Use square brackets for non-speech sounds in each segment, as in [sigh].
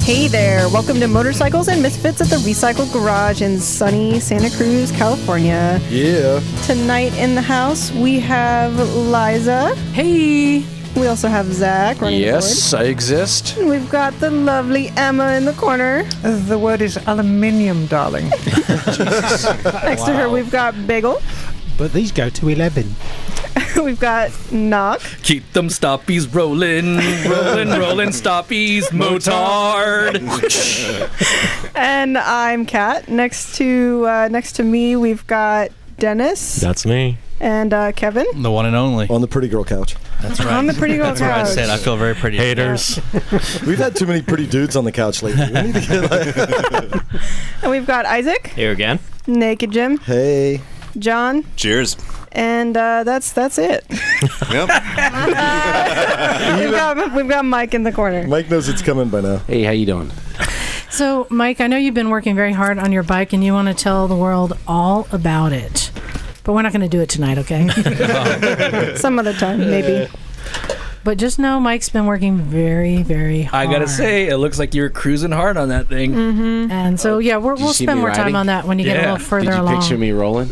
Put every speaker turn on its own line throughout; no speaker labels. Hey there, welcome to Motorcycles and Misfits at the Recycled Garage in sunny Santa Cruz, California.
[laughs]
Yeah.
Tonight in the house, we have Liza.
Hey!
We also have Zach running
Yes, I exist.
the board. We've got the lovely Emma Uh, in the corner.
The word is aluminium, darling.
[laughs] Next to her, we've got Bagel. [laughs]
But these go to 11.
We've got Knock.
Keep them stoppies rolling, rolling, rolling stoppies,
[laughs]
motard.
And I'm Kat. Next to uh, next to me, we've got Dennis
That's me.
and uh, Kevin.
The one and only.
On the pretty girl couch.
That's right.
On the pretty girl
That's where I
couch.
sit. I feel very pretty.
Haters.
[laughs] We've had too many pretty dudes on the couch lately. We need to get like,
And we've got Isaac,
Here again.
Naked Jim,
hey,
John,
Cheers.
and uh, that's that's
[laughs]
it.
Yep.
[laughs] we've got we've got Mike in the corner.
Mike knows it's coming by now.
Hey, how you doing?
So, Mike, I know you've been working very hard on your bike and you want to tell the world all about it. But we're not going to do it tonight, okay?
[laughs] Some other time, maybe.
but just know Mike's been working very, very
I
hard.
gotta say, it looks like you were cruising hard on that thing.
Mm-hmm.
And so, yeah, we're,
Mm, you
we'll
see
spend
me
more time
riding?
on that when you get a
Yeah.
little further
Did you
along.
picture me rolling?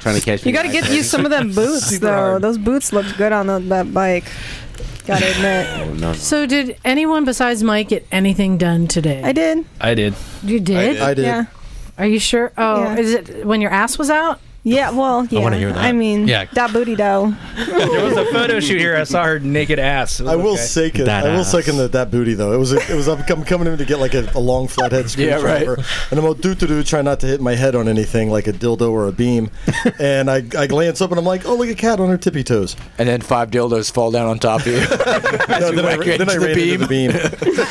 Trying to catch me.
You got to get you some of
[laughs]
them boots though.
hard.
Those boots look good on the, that bike. Gotta
[laughs]
admit,
Oh, no.
So, did anyone besides Mike get anything done today?
I did.
I did.
You did?
I did.
Yeah,
Are you sure? Oh,
Yeah.
is it when your ass was out?
yeah. Well, yeah.
wanna hear that.
I mean,
Yeah.
that booty though.
There was a photo shoot here. I saw her naked ass. It was
I will
okay.
second.
That
I will
ass.
second that, that booty though. It was. It was. I'm, com- coming in to get like a, a long flathead screwdriver, and I'm all doo doo doo, trying not to hit my head on anything like a dildo or a
[laughs]
beam, and I, I glance up and I'm like, oh look a cat on her tippy toes.
And then five dildos fall down on top
[laughs]
of you.
No, then I,
whack it
then I
into the
ran into the beam.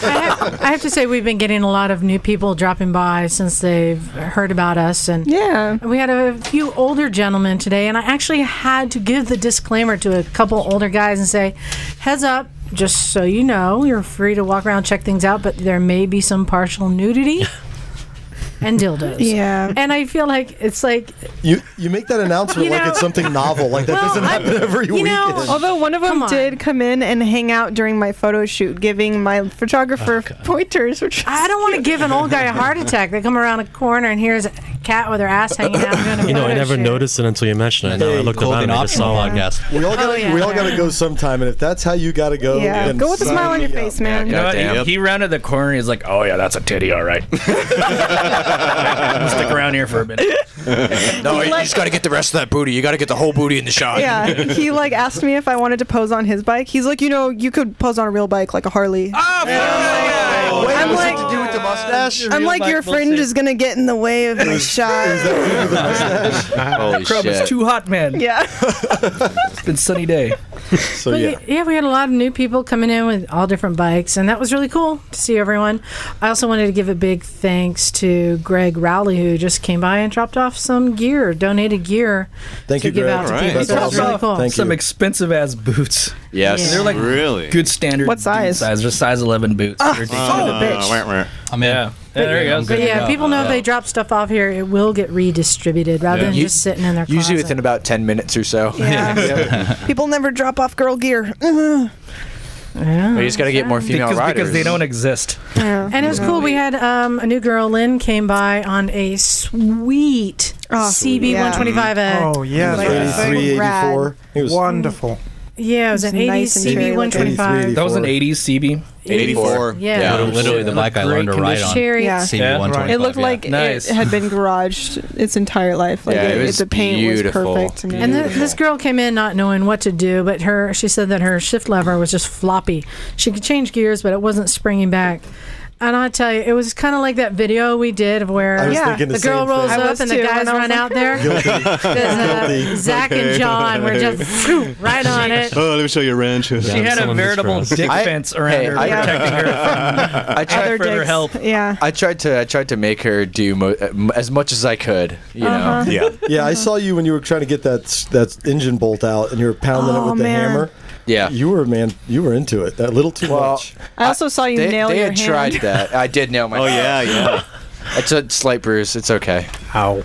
I have, I have to say, we've been getting a lot of new people dropping by since they've heard about us. And
Yeah.
we had a few older gentlemen today, and I actually had to give the disclaimer to a couple older guys and say, heads up. Just so you know, you're free to walk around, check things out, but there may be some partial nudity and dildos.
Yeah.
And I feel like it's like,
You you make that announcement
You
like
know-
it's something novel. Like that
Well,
doesn't
I-
happen every
you know,
weekend.
Although one of them
Come on.
did come in and hang out during my photo shoot, giving my
Oh,
photographer pointers, which
I don't want to give an old
[laughs]
guy a heart attack. They come around a corner and here's a cat with her ass hanging out. doing a
You know, I
photo
never
shoot.
noticed it until you mentioned it. Now I
Hey,
looked about
Clothing
and I just
optional
saw it, I guess.
We all gotta,
Oh, yeah.
we all gotta go sometime, and if that's how you gotta go,
yeah,
then
go with a
sign
smile on
me
your
up.
face, man.
You know what?
Goddamn.
He, he rounded the corner. He's like, "Oh yeah, that's a titty, all
[laughs]
right." I'm gonna stick around here for a minute.
no, you just got to get the rest of that booty. You got to get the whole booty in the shot.
Yeah, he like asked me if I wanted to pose on his bike. He's like, you know, you could pose on a real bike, like a Harley.
Oh,
Wait,
I'm
I'm
like-
like, to do with the mustache?
I'm like, your fringe is gonna get in the way of my shot.
[laughs]
Holy
Crub is
shit.
too hot, man.
Yeah,
It's been sunny day.
So
But
yeah,
yeah. we had a lot of new people coming in with all different bikes, and that was really cool to see everyone. I also wanted to give a big thanks to Greg Rowley, who just came by and dropped off some gear, donated gear
Thank
to
you,
give
Greg.
out to
All right.
people. So that
That's
was really
awesome.
cool.
Thank you.
Some expensive ass boots.
Yes.
Yeah.
They're like
really?
good standard.
What
dude
size? Ah,
Size. They're size 11 boots. They're decent.
Son of a bitch.
wah, wah.
I'm in.
Yeah. Yeah, there you go.
But yeah, people know if they drop stuff off here, it will get redistributed rather than
You-
just sitting in their closet.
Usually within about 10 minutes or so. [laughs]
yeah. People never drop off girl [laughs] gear.
We
yeah.
just got to get more female
because,
riders.
because they don't exist.
yeah.
And it was cool. We had um, a new girl, Lynn, came by on a sweet
Oh,
CB
yeah.
125. uh,
Oh yeah,
Like,
that
so
8384. He was
is wonderful.
Yeah, it was an
It's
80
nice and cherry
CB
looking.
83,
125.
That was an 80s CB.
84.
Yeah.
Yeah.
Literally the bike I
Great
learned to ride on.
Cherry.
Yeah.
CB
Yeah.
125,
It looked like
yeah.
Nice.
it had been garaged
[laughs]
its entire life. Like
Yeah,
it,
it
it-
was
the paint
beautiful.
was perfect. And
And th this girl came in not knowing what to do, but her she said that her shift lever was just floppy. She could change gears, but it wasn't springing back. And I tell you, it was kind of like that video we did of
I
where
was
Yeah,
thinking the,
the girl
same
rolls
I
thing.
up
was
and the
too,
guys
and I was
run
like-
out
[laughs]
there. 'Cause, uh,
Guilty.
Zach and John were
[laughs]
just phew, right on it.
Oh, let me show you a wrench.
She had a
someone
veritable
distressed.
dick
I-
fence around
hey,
her,
I-
protecting her
I
from
tried,
further
dicks.
help.
yeah.
I tried to I tried to make her do mo- uh, as much as I could, you
Uh-huh.
know.
Uh-huh.
Yeah.
Yeah, I saw you when you were trying to get that s- that engine bolt out, and you were pounding
Oh,
it with the
man.
hammer.
Yeah.
You were man. You were into it. That little too
Well,
much.
I also saw you
They,
nail
they
your
had
hand.
tried that. I did nail my.
Oh yeah, yeah.
It's a slight bruise. It's okay.
Ow.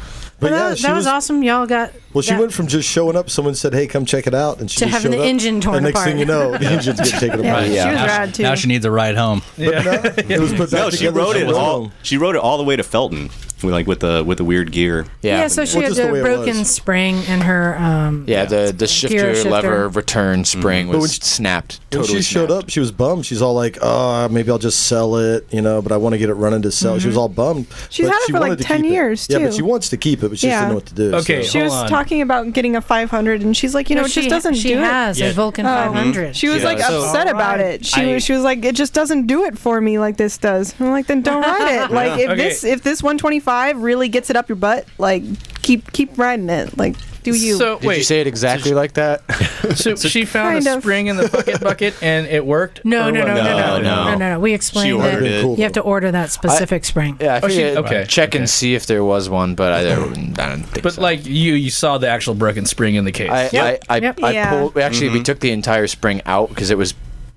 that,
But yeah,
was-
she
that was,
was.
awesome. Y'all got
Well, she
that-
went from just showing up. Someone said, "Hey, come check it out," and she
To
just
having
showed
the
up,
engine torn
And next
apart.
thing you know,
[laughs]
the engine's getting taken
Yeah,
apart.
she was
now,
rad too.
now she needs a ride home.
[laughs]
But no, it was put back
No, she
together
rode
so
it all.
long.
She rode it all the way to Felton, with, like with the with the weird gear.
Yeah.
yeah, so she
Well,
had
just the way
a
it
broken
was.
spring in her. Um,
Yeah, the the shifter,
shifter.
lever return spring
when
was
she-
snapped.
When
Totally
she showed
snapped.
up, she was bummed. She's all like, "Oh, maybe I'll just sell it, you know." But I want to get it running to sell. She was all bummed.
Mm-hmm. She's
but
had it
she
for, like,
wanted to
10
keep it.
years,
Yeah,
too.
but she wants to keep it, but she
Yeah.
just didn't know what to do. so-
Okay.
She was
Hold on.
talking about getting a 500, and she's like, you know,
no,
it just doesn't
she
do
has
Yeah.
a Vulcan
Oh.
500.
it. She was
Yeah.
like
So-
upset about it. She
I-
was she was like, it just doesn't do it for me like this does. I'm like, then don't ride it. Like if
Okay.
this if this 125 really gets it up your butt, like keep keep riding it. Like do you?
So
Did
wait,
you say it exactly like that?
[laughs]
[laughs]
so she found
Kind
a
of.
spring in the bucket bucket and it worked.
no,
or
no,
what?
no, no, no, no,
No,
no,
no.
no, no. We explained
She
that
ordered
Very
it.
cool.
you have to order that specific spring.
Yeah, I
Oh, she-
figured I'd
okay,
check and see if there was one, but I, I don't think
But
so.
like you, you saw the actual broken spring in the case.
I, I, I,
Yep.
I
Yeah.
pulled. Actually, we took the entire spring out because it was.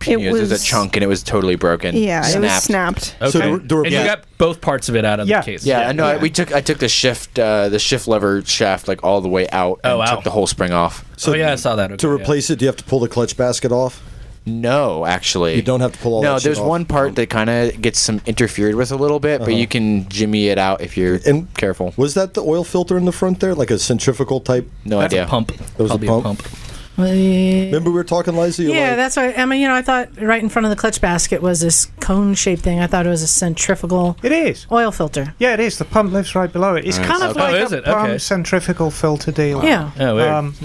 It
It was, a
was-
chunk and it was totally broken.
yeah, it was
Snapped.
snapped.
okay.
So do- do-
and you
yeah.
got both parts of it out of
Yeah.
the case.
Yeah, I know. I, we took I took the shift uh, the shift lever shaft like all the way out and
Oh, wow.
took the whole spring off.
So oh, yeah, I saw that.
to
Okay, yeah.
replace it, do you have to pull the clutch basket off?
No, actually,
You don't have to pull all
No,
that shit
there's
off. Oh. Uh-huh.
one part that kind of gets some interfered with a little bit, but you can jimmy it out if you're
And
careful.
Was that the oil filter in the front there, like a centrifugal type?
No
That's
idea.
a pump.
was a
Probably
pump?
Yeah.
Remember we were talking, Liza? You were
Yeah,
like,
that's why. I mean, you know, I thought right in front of the clutch basket was this cone-shaped thing. I thought it was a centrifugal
It is.
oil filter.
Yeah, it is. The pump lives right below it. It's kind of
okay.
like
Oh, is
a
it?
pump
Okay.
centrifugal filter deal.
Yeah.
Oh, weird.
Um,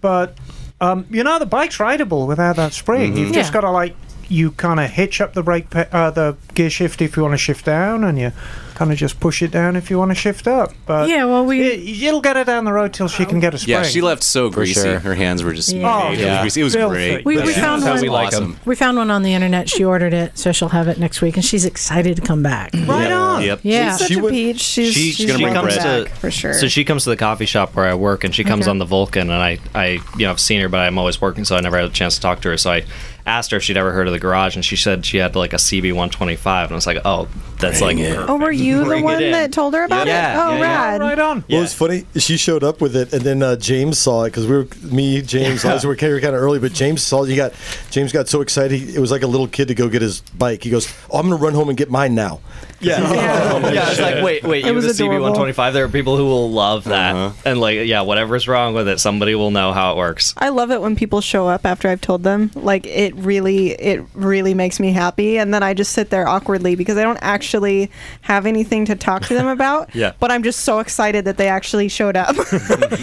but um, you know the bike's rideable without that spring. You've just
Yeah.
got to like you kind of hitch up the brake, pe- uh, the gear shift if you want to shift down, and you kind of just push it down if you want to shift up. But
Yeah, well, we-
it, it'll get her down the road till she can get a spring.
Yeah, she left so greasy.
sure.
Her hands were just.
Yeah.
Oh,
made.
yeah.
It was, greasy. It was
Filthy.
great.
We-
But
we
she-
found
she was
one-
We like 'em.
awesome.
We found one on the internet. She ordered it, so she'll have it next week, and she's excited to come back.
right on.
Yep.
Yeah.
Such
She
a
would-
peach. She's,
She,
she's,
she
going
comes
back
to
for sure.
So she comes to the coffee shop where I work, and she comes
Okay.
on the Vulcan, and I, I, you know, I've seen her, but I'm always working, so I never had a chance to talk to her. So I asked her if she'd ever heard of the garage, and she said she had like a CB125, and I was like, oh, that's like,
oh, were you the
Bring it
one
in.
that told her about it?
Yeah,
Oh,
yeah, yeah.
rad.
Right on.
Well, it was funny. She showed up with it, and then uh, James saw it because we were me, James, Liza were kind of early, but James saw. You got James got so excited. He, it was like a little kid to go get his bike. He goes, "Oh, I'm going to run home and get mine now."
Yeah.
yeah, I was like, wait, wait,
It
you
was
have a
adorable.
CB125. There are people who will love that,
Uh-huh.
and like, yeah, whatever's wrong with it, somebody will know how it works.
I love it when people show up after I've told them. Like it really it really makes me happy and then I just sit there awkwardly because I don't actually have anything to talk
[laughs]
to them about.
Yeah.
But I'm just so excited that they actually showed up. [laughs]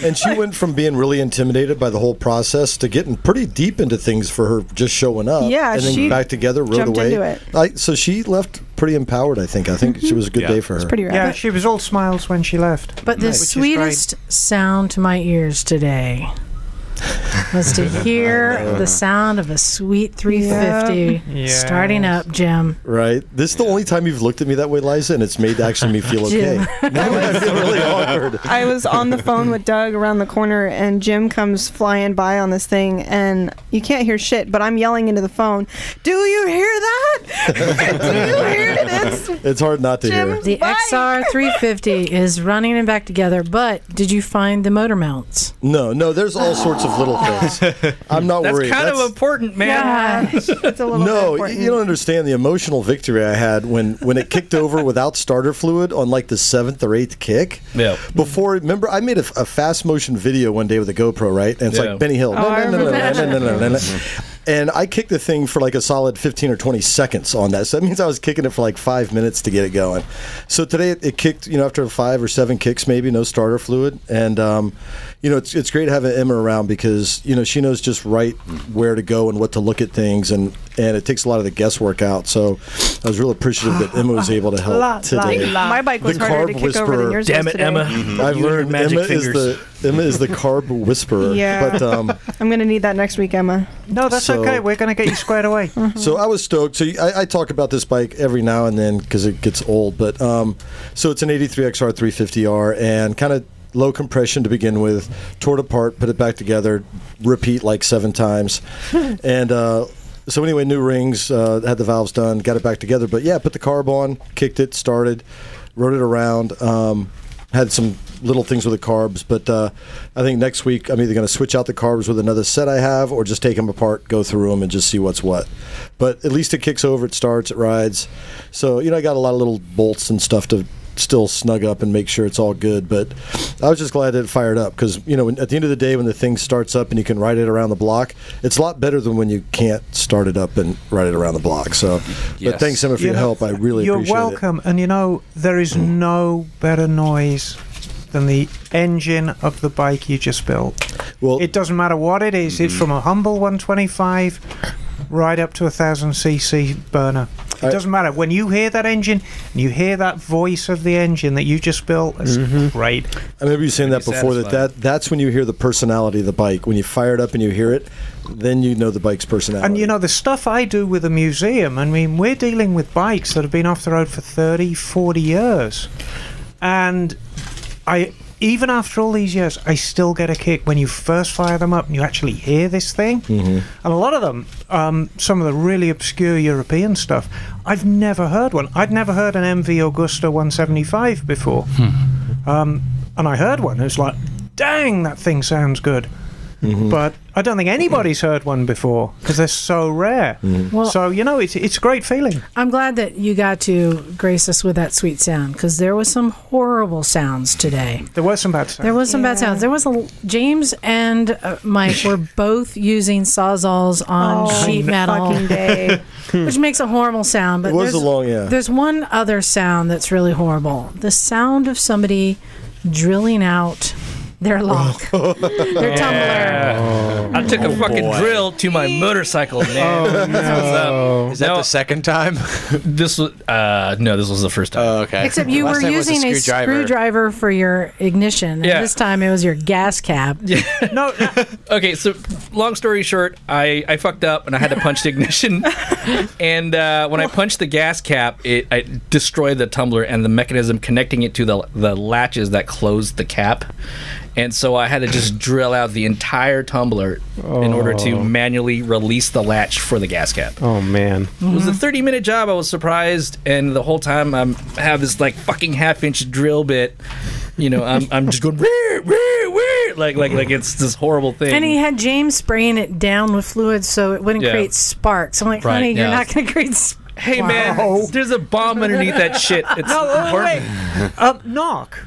And she went from being really intimidated by the whole process to getting pretty deep into things for her just showing up.
Yeah,
and then
she
back together, rode
jumped
away.
into it.
I, so she left pretty empowered. I think. I think she was a good
Yeah.
day for her.
Pretty rad.
Yeah, she was all smiles when she left.
But the
Which is great.
sweetest sound to my ears today was to hear the sound of a sweet 350
Yes.
starting up, Jim.
right. This is the only time you've looked at me that way, Liza, and it's made actually
[laughs]
me feel okay.
Jim.
Now I feel really awkward.
I was on the phone with Doug around the corner, and Jim comes flying by on this thing, and you can't hear shit. But I'm yelling into the phone, "Do you hear that? Do you hear this?"
It's hard not to hear.
Jim.
The
Bye.
XR
[laughs]
350 is running and back together, but did you find the motor mounts?
No, no, there's all sorts of little things. I'm not
That's
worried.
kind
That's-
of important, man.
Yeah,
[laughs]
it's a little
no, y-
important.
you don't understand the emotional victory I had when when it kicked over without starter fluid on like the seventh or eighth kick.
Yeah.
Before, remember, I made a, a fast motion video one day with a GoPro, right? And it's
Yeah.
like Benny Hill.
Oh, I remember
And I kicked the thing for like a solid 15 or 20 seconds on that. So that means I was kicking it for like five minutes to get it going. So today it, it kicked, you know, after five or seven kicks, maybe no starter fluid. And, um, you know, it's, it's great having Emma around because, you know, she knows just right where to go and what to look at things. And, and it takes a lot of the guesswork out. So I was real appreciative that Emma was able to help today.
My bike was
The
harder to
carb
kick over than
whisperer. Mm-hmm.
yours
Damn
was
it,
today.
Emma.
I've
You
learned
and your magic
Emma is
fingers.
the Emma is the carb whisperer.
[laughs] Yeah.
But um,
I'm gonna need that next week, Emma. Uh-huh.
No, that's
So-
okay. We're going to get you squared
[laughs]
away.
So I was stoked. So I, I talk about this bike every now and then because it gets old. But um, so it's an 83 XR 350R, and kind of low compression to begin with, tore it apart, put it back together, repeat like
[laughs]
seven times, and. Uh, so anyway, new rings, uh, had the valves done, got it back together. But yeah, put the carb on, kicked it, started, rode it around. Um, had some little things with the carbs, but uh, I think next week I'm either going to switch out the carbs with another set I have, or just take them apart, go through them, and just see what's what. But at least it kicks over, it starts, it rides. So you know, I got a lot of little bolts and stuff to still snug up and make sure it's all good. But I was just glad that it fired up because you know, when, at the end of the day, when the thing starts up and you can ride it around the block, it's a lot better than when you can't start it up and ride it around the block. So, but
Yes.
thanks Emma for
You
your
know,
help. I really
You're
appreciate it.
welcome. And you know, there is no better noise than the engine of the bike you just built.
Well, Mm-hmm.
It doesn't matter what it is, it's from a humble 125 right up to a 1000cc burner. It
I-
doesn't matter. When you hear that engine and you hear that voice of the engine that you just built, it's great.
I remember Mm-hmm. you saying that
be
before that,
satisfied.
that that's when you hear the personality of the bike. When you fire it up and you hear it, then you know the bike's personality.
And you know, the stuff I do with a museum, I mean, we're dealing with bikes that have been off the road for 30, 40 years. And I, even after all these years, I still get a kick when you first fire them up and you actually hear this thing.
Mm-hmm.
And a lot of them, um, some of the really obscure European stuff, I've never heard one. I'd never heard an MV Augusta 175 before.
Hmm.
Um, and I heard one. It was like, dang, that thing sounds good. But I don't think anybody's heard one before because they're so rare.
Well-
so you know, it's it's a great feeling.
I'm glad that you got to grace us with that sweet sound because there was some horrible sounds today.
There were some bad
There
sounds.
was some bad sounds. There was a l- James and uh, Mike
[laughs]
were both using sawzalls on
Oh,
sheet metal,
Fucking day.
[laughs] which makes a horrible sound. But
it was a
there's,
long yeah.
there's one other sound that's really horrible: the sound of somebody drilling out their
[laughs]
lock, their tumbler.
I took
Oh,
a fucking drill to my motorcycle, man.
Oh,
[laughs]
Is that
No.
the second time?
This was uh, no, this was the first time.
Oh, okay.
Except you
Last
were
time was
using a screwdriver. for your ignition.
Yeah.
And this time it was your gas cap.
no, no,
okay, so long story short, I, I fucked up and I had to punch the ignition. and uh, when I punched the gas cap, it I destroyed the tumbler and the mechanism connecting it to the, the latches that closed the cap. And so I had to just drill out the entire tumbler in order to manually release the latch for the gas cap.
Oh man.
It was a 30 minute job. I was surprised, and the whole time I'm I have this like fucking half inch drill bit. You know, I'm, I'm just going [laughs] "Wee, wee, wee," like like like it's this horrible thing.
And he had James spraying it down with fluid so it wouldn't
Yeah.
create sparks. I'm like,
Right,
honey, you're
yeah.
not going to create sparks.
hey man, there's a bomb underneath that
[laughs]
shit. It's
Oh,
no, wait,
important.
wait. Uh, knock.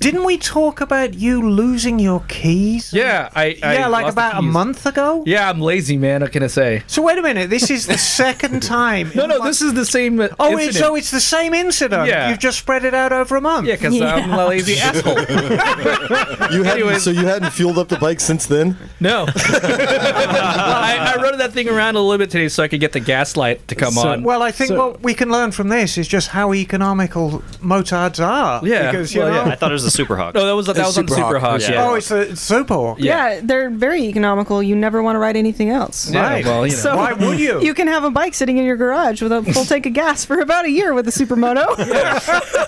Didn't we talk about you losing your keys?
Yeah, I, I
yeah, like
lost the
about a
keys.
month ago.
Yeah, I'm lazy, man. What can I say? [laughs]
So wait a minute. This is the second time.
No,
in
no,
one-
this is the same. uh,
Oh,
incident.
it's, so it's the same incident.
Yeah.
You've just spread it out over a month.
yeah, because
[laughs]
I'm a lazy asshole.
You hadn't,
anyways.
so you hadn't fueled up the bike since then.
No, I, I rode that thing around a little bit today so I could get the gas light to come
So-
on.
Well, I think
So-
what we can learn from this is just how economical motards are.
Yeah,
Because, you
well,
know,
yeah.
I thought it was the Super Hawk.
no, that was that was on the
Super
Super
Hawk.
Hawk. Yeah.
Oh, it's a super.
yeah. they're very economical. You never want to ride anything else.
Yeah,
Right.
well, you know.
So
Why would you?
[laughs] You can have a bike sitting in your garage with a full tank of gas for about a year with a supermoto. [laughs]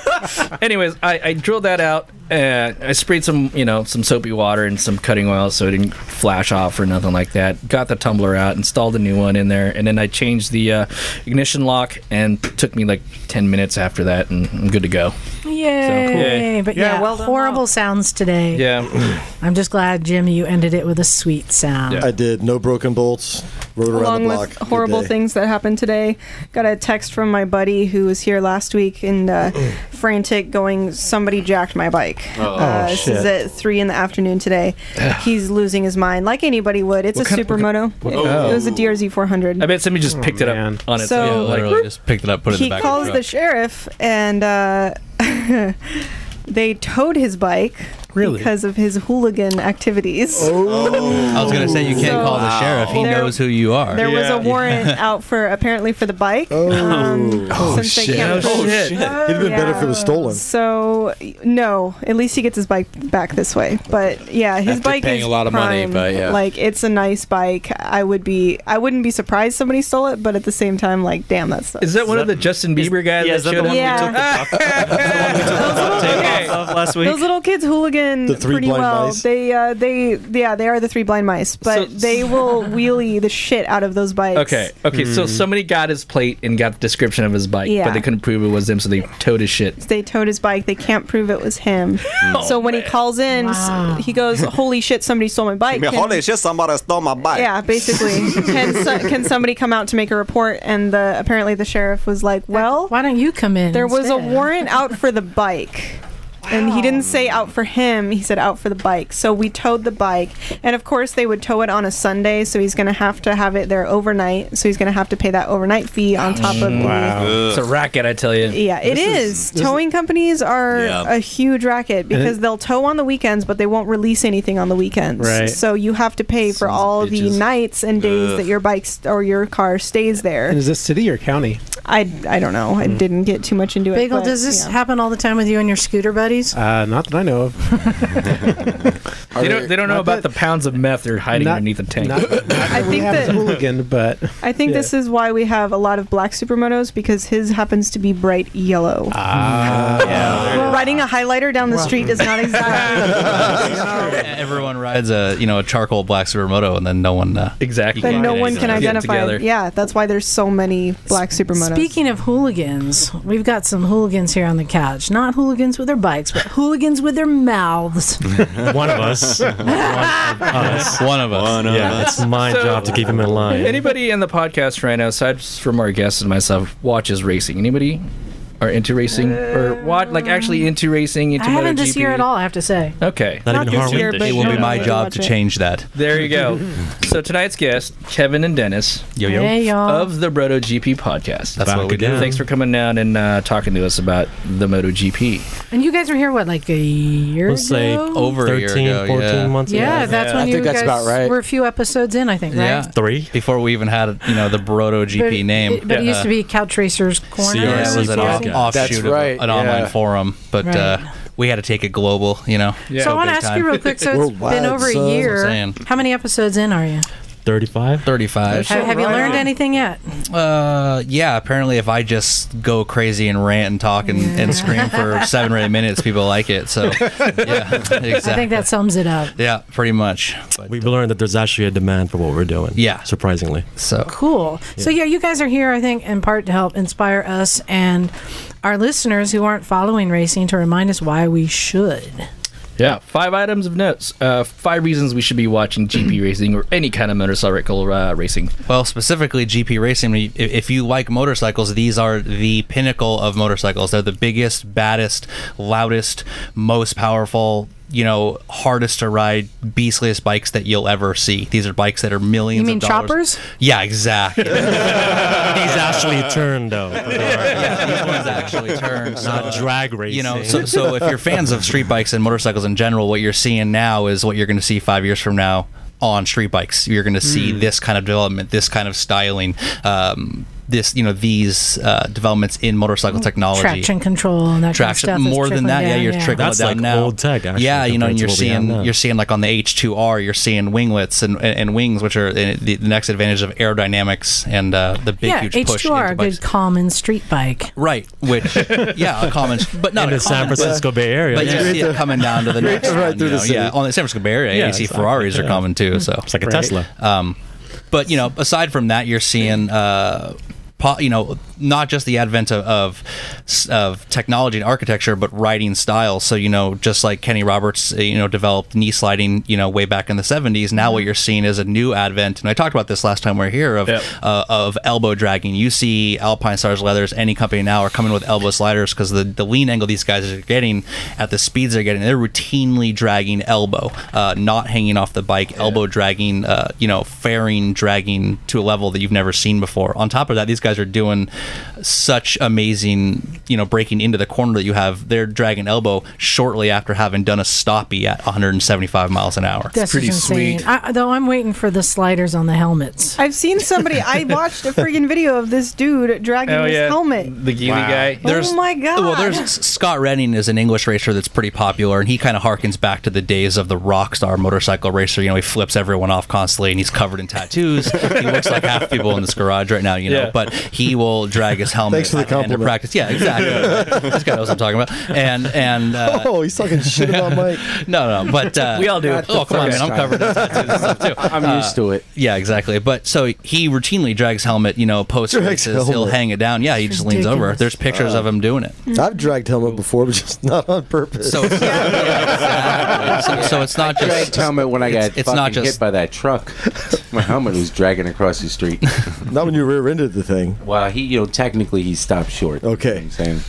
Anyways, I, I drilled that out and I sprayed some, you know, some soapy water and some cutting oil so it didn't flash off or nothing like that. Got the tumbler out, installed a new one in there, and then I changed the uh, ignition lock and took me like 10 minutes after that and I'm good to go.
Yay.
Yay.
But yeah,
Yeah, well done,
horrible
Mom.
sounds today.
Yeah.
I'm just glad, Jim, you ended it with a sweet sound.
Yeah.
I did. No broken bolts. Rode around
along
the block.
with
good
horrible
day.
things that happened today. Got a text from my buddy who was here last week and
[clears throat]
uh, frantic, going, "Somebody jacked my bike."
Oh,
uh, this is at three in the afternoon today.
[sighs]
He's losing his mind, like anybody would. It's a supermoto.
Oh.
It, it was a DRZ 400.
I bet somebody
Oh,
just picked it
man.
up on its
So-
own.
Yeah,
like,
literally just picked it up, put it in
he
the back
calls
of
the
the truck.
sheriff and uh, [laughs] they towed his bike
Really?
because of his hooligan activities.
Oh.
[laughs]
I was gonna say you can't
So-
call the sheriff. He
There-
knows who you are.
There was
Yeah.
a warrant
[laughs]
out for apparently for the bike. um, since they can't
Oh,
prove-
shit.
It'd have been better if it was stolen.
So no, at least he gets his bike back this way. But yeah, his
After
bike
paying
is
a lot of money,
prime.
but yeah.
like it's a nice bike. I would be, I wouldn't be surprised somebody stole it, but at the same time, like damn, that's
Is that one of the Justin Bieber guys
yeah,
that
is that the
showed up?
one
yeah.
we took
[laughs]
the top,
those, little
tape
kids,
off of last week?
those little kids, hooligans, in
The three
pretty
blind
well.
mice?
They uh, they yeah they are the three blind mice, but
So-
they
[laughs]
will wheelie the shit out of those bikes.
Okay. Okay.
Hmm.
So somebody got his plate and got the description of his bike,
Yeah.
but they couldn't prove it was him, so they towed his shit.
They towed his bike. They can't prove it was him.
Hmm.
so when he calls in, s-
Wow.
he goes, "Holy shit!
[laughs]
Somebody stole my bike." Can-
holy shit, somebody stole my bike. [laughs]
Yeah, basically. can so, can somebody come out to make a report? And the apparently the sheriff was like, "Well,
why don't you come in?
there was a
instead?
warrant out for the bike." And he didn't say out for him, he said out for the bike. So we towed the bike. And of course, they would tow it on a Sunday, so he's going to have to have it there overnight. So he's going to have to pay that overnight fee on top of the.
Mm. It's a racket, I tell you.
Yeah, it is. Towing companies are
Yeah.
a huge racket because they'll tow on the weekends, but they won't release anything on the weekends.
Right.
So you have to pay for all the
bitches.
nights and days that your bike st- or your car stays
And
there.
is this city or county?
I, I don't know. I didn't get too much into it.
Bagel,
but,
does this
yeah.
happen all the time with you and your scooter buddies?
Uh, not that I know of. [laughs]
They don't. They don't know
Not
about
that-
the pounds of meth they're hiding
Not-
underneath the tank.
Not,
[coughs]
not
I
we
think [laughs]
have
that
a hooligan, but
I think
Yeah.
this is why we have a lot of black supermotos because his happens to be bright yellow.
Ah.
Uh, Riding a highlighter down the street is [laughs] not exactly.
Everyone rides a you know a charcoal black supermoto, and then no one. Uh,
exactly.
then no one can
Get
identify.
together.
Yeah, that's why there's so many black supermotos.
Speaking of hooligans, we've got some hooligans here on the couch. Not hooligans with their bikes, but hooligans with their mouths.
One
[laughs]
[laughs]
of us. One of us.
one of us.
One of yeah, it's my
So-
job to keep him in line.
Anybody in the podcast right now, aside from our guests and myself, watches racing. Anybody are into racing or what? Like actually into racing? Into
I haven't
MotoGP?
this year at all, I have to say.
Okay.
Not,
Not
even
this
Harwin.
year, but
it will be
Yeah.
my
Yeah.
job to
Watch it.
change that.
There
[laughs]
you go. so tonight's guest, Kevin and Dennis
Yo yo.
Hey, y'all.
of the Broto GP podcast.
That's what we
Back
do.
again.
Thanks for coming down and uh, talking to us about the MotoGP.
and you guys were here, what, like a year
Let's say
ago?
Over a year
13,
ago,
14
yeah.
months
Yeah,
ago.
that's
Yeah,
when
I
you
think
guys
that's about right.
were a few episodes in, I think,
Yeah.
right?
Three.
Before we even had you know the Broto
But-
GP name.
It, but it used to be Couch Racers Corner.
CRC
Yeah, it was an off,
podcast.
offshoot
That's
of a-
right,
an online
yeah.
forum, but
Right.
uh, we had to take it global, you know.
Yeah.
so I want to
big
ask
time.
you real quick. [laughs]
[laughs]
So it's
Worldwide,
been over
son.
a
That's what I'm
year.
saying.
How many episodes in are you?
35.
35.
Have, have you learned anything yet?
Uh, yeah, apparently if I just go crazy and rant and talk and, and scream for seven or eight minutes, people like
[laughs]
it. So, yeah, exactly.
I think that sums it up.
yeah, pretty much. But,
We've learned that there's actually a demand for what we're doing.
Yeah.
Surprisingly.
so,
Cool. So yeah, you guys are here, I think, in part to help inspire us and our listeners who aren't following racing to remind us why we should.
Yeah, five items of notes. Uh, five reasons we should be watching
Mm-hmm.
GP racing or any kind of motorcycle uh, racing.
well, specifically GP racing, i- if you like motorcycles, these are the pinnacle of motorcycles. They're the biggest, baddest, loudest, most powerful, you know, hardest to ride, beastliest bikes that you'll ever see. These are bikes that are millions
You mean
of dollars.
choppers?
Yeah,
[laughs]
exactly.
He's actually turned, though.
these ones actually turn. So,
Not drag racing.
you know, so, so if
[laughs]
you're fans of street bikes and motorcycles in general, what you're seeing now is what you're going to see five years from now on street bikes. You're going to see
Hmm.
this kind of development, this kind of styling. Um, this you know these uh, developments in
Mm,
motorcycle technology
Traction control and that
traction
kind of stuff. is
more than
trickling
that. yeah,
down,
you're trickling
That's
it down
like
now.
old tech, actually,
yeah, you know,
compared
and
to
you're
what we have
seeing
now.
you're seeing like on the H2R, you're seeing winglets and, and, and wings, which are uh, the, the next advantage of aerodynamics and uh, the big
Yeah,
huge
H2R,
push. into
a
bikes.
good common street bike.
Right, which yeah, a common, but not
in
a
the San
common, but-
Francisco Bay Area.
But you see it coming down to the next
right
one,
through
you
the
know, yeah,
city.
on the San Francisco Bay Area,
Yeah,
you see
exactly,
Ferraris are
yeah.
coming too. So,
It's like a Tesla.
um, but you know, aside from that, you're seeing. Uh, po- you know, not just the advent of, of s- of technology and architecture, but riding style. So you know, just like Kenny Roberts, uh, you know, developed knee sliding, you know, way back in the '70s. Now what you're seeing is a new advent, and I talked about this last time we were here of
Yep.
uh, of elbow dragging. You see Alpine Stars leathers, any company now are coming with elbow sliders because the, the lean angle these guys are getting at the speeds they're getting, they're routinely dragging elbow, uh, not hanging off the bike, elbow dragging, uh, you know, fairing dragging to a level that you've never seen before. On top of that, these guys are doing such amazing, you know, breaking into the corner that you have. They're dragging elbow shortly after having done a stoppy at 175 miles an hour.
That's
pretty
insane.
sweet.
I, though I'm waiting for the sliders on the helmets.
I've seen somebody.
[laughs]
I watched a freaking video of this dude dragging
Uh,
his helmet. Oh
the Geely guy.
There's-
my God.
Well, there's S- Scott Redding is an English racer that's pretty popular, and he kind of harkens back to the days of the rock star motorcycle racer. You know, he flips everyone off constantly, and he's covered in tattoos. he looks like half the people in this garage right now. You know,
Yeah.
but he will drag his helmet
Thanks for the
at the end of
compliment.
practice. Yeah,
[laughs]
exactly. this guy knows what I'm talking about. And and uh,
oh, he's talking shit
[laughs]
about Mike.
no, no, but uh,
We all do.
Oh, come on, man! I'm covering those tattoos and stuff too.
[laughs] I'm used
to it. Yeah, exactly. But so he routinely drags helmet. You know, post
Drags
races, he'll
helmet. Uh,
hang it down. Yeah, he just leans over.
Ridiculous.
There's pictures of him doing it.
I've dragged helmet before, but just not on purpose.
So,
Uh,
so, so it's not
I
just
dragged helmet when I got
it's, it's not
fucking
just
hit by that
[laughs]
truck. My helmet was dragging across the street.
not when you rear-ended the thing.
Well, he, you know, technically he stopped short.
Okay,
I'm saying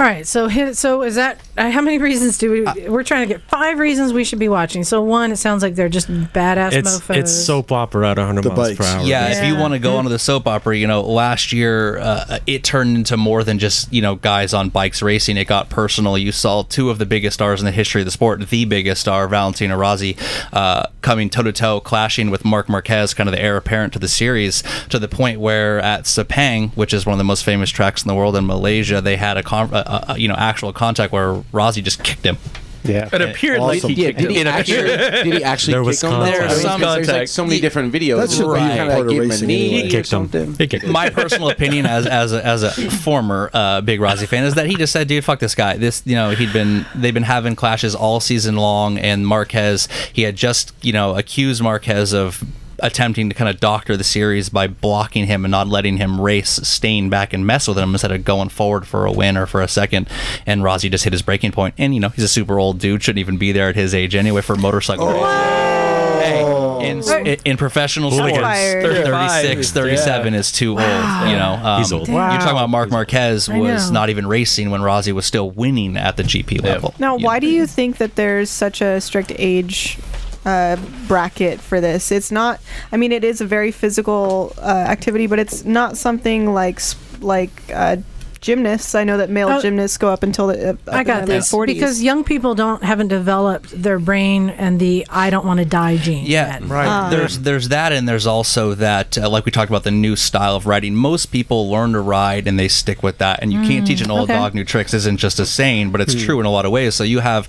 All right, so hit, so is that uh, how many reasons do
Uh,
we? we're trying to get five reasons we should be watching. So one, it sounds like they're just badass
It's
mofos.
it's soap opera at 100 miles per hour.
Yeah, if you
Yeah.
want to go onto the soap opera, you know, last year uh, it turned into more than just you know guys on bikes racing. It got personal. You saw two of the biggest stars in the history of the sport, the biggest star, Valentina Rossi, uh, coming toe to toe, clashing with Mark Marquez, kind of the heir apparent to the series, to the point where at Sepang, which is one of the most famous tracks in the world in Malaysia, they had a, con- a, a- a you know actual contact where Rossi just kicked him.
Yeah,
It appeared like he
Yeah,
kicked
did he
him. [laughs]
actually? did he actually
There was
kick him?
contact.
I mean,
Some
there's like
contact.
so many
He-
different videos.
That should be
Right.
part
Kinda
of
like gave him a
racing
knee
anyway.
or
He kicked
something.
my personal opinion as as a, as a former uh, big Rossi fan is that he just said, "Dude, fuck this guy." This you know he'd been they've been having clashes all season long, and Marquez he had just you know accused Marquez of attempting to kind of doctor the series by blocking him and not letting him race staying back and mess with him instead of going forward for a win or for a second and Rossi just hit his breaking point and you know he's a super old dude shouldn't even be there at his age anyway for motorcycle racing. Hey, in, in, in professional sports,
Hooligans.
thir- 36, 37 is too old. You know, um,
He's old.
You're talking about Mark Marquez
I
was
know.
not even racing when Rossi was still winning at the GP level.
Now, why do you think that there's such a strict age uh, bracket for this? It's not. I mean, it is a very physical uh, activity, but it's not something like s- like uh, gymnasts. I know that male
Oh.
gymnasts go up until the, uh, up
I got
into their
this
40s.
because young people don't haven't developed their brain and the I don't want to die gene.
Yeah,
yet.
right.
Uh,
There's there's that, and there's also that, uh, like we talked about, the new style of riding. Most people learn to ride and they stick with that, and you can't
Mm,
teach an old
okay.
dog new tricks. Isn't just a saying, but it's
Hmm.
true in a lot of ways. So you have,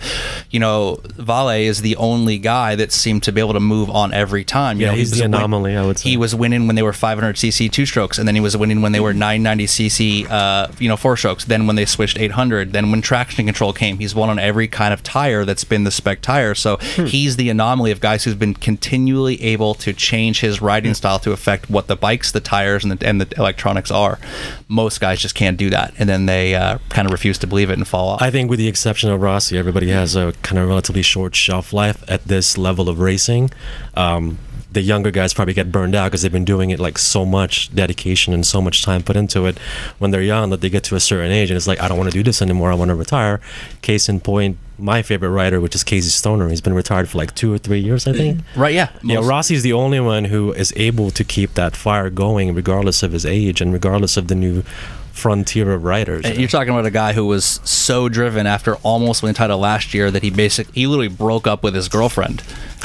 you know, Vale is the only guy that seemed to be able to move on every time. You
Yeah,
know, he
he's
was
the
win-
anomaly, I would say.
He was winning when they were 500cc two strokes, and then he was winning when they were 990cc, uh, you know, four strokes. Then when they switched 800, then when traction control came, he's won on every kind of tire that's been the spec tire. So
Hmm.
he's the anomaly of guys who's been continually able to change his
Hmm.
riding style to affect what the bikes, the tires, and the, and the electronics are. Most guys just can't do that, and then they uh, kind of refuse to believe it and fall off.
I think, with the exception of Rossi, everybody has a kind of relatively short shelf life at this level of racing. Um, the younger guys probably get burned out because they've been doing it like so much dedication and so much time put into it when they're young that they get to a certain age and it's like, I don't want to do this anymore. I want to retire. Case in point, my favorite rider, which is Casey Stoner, he's been retired for like two or three years, I
[clears throat]
think.
Right? Yeah.
Yeah, Rossi's the only one who is able to keep that fire going regardless of his age and regardless of the new frontier of riders.
And You're talking about a guy who was so driven after almost winning the title last year that he basically he literally broke up with his girlfriend,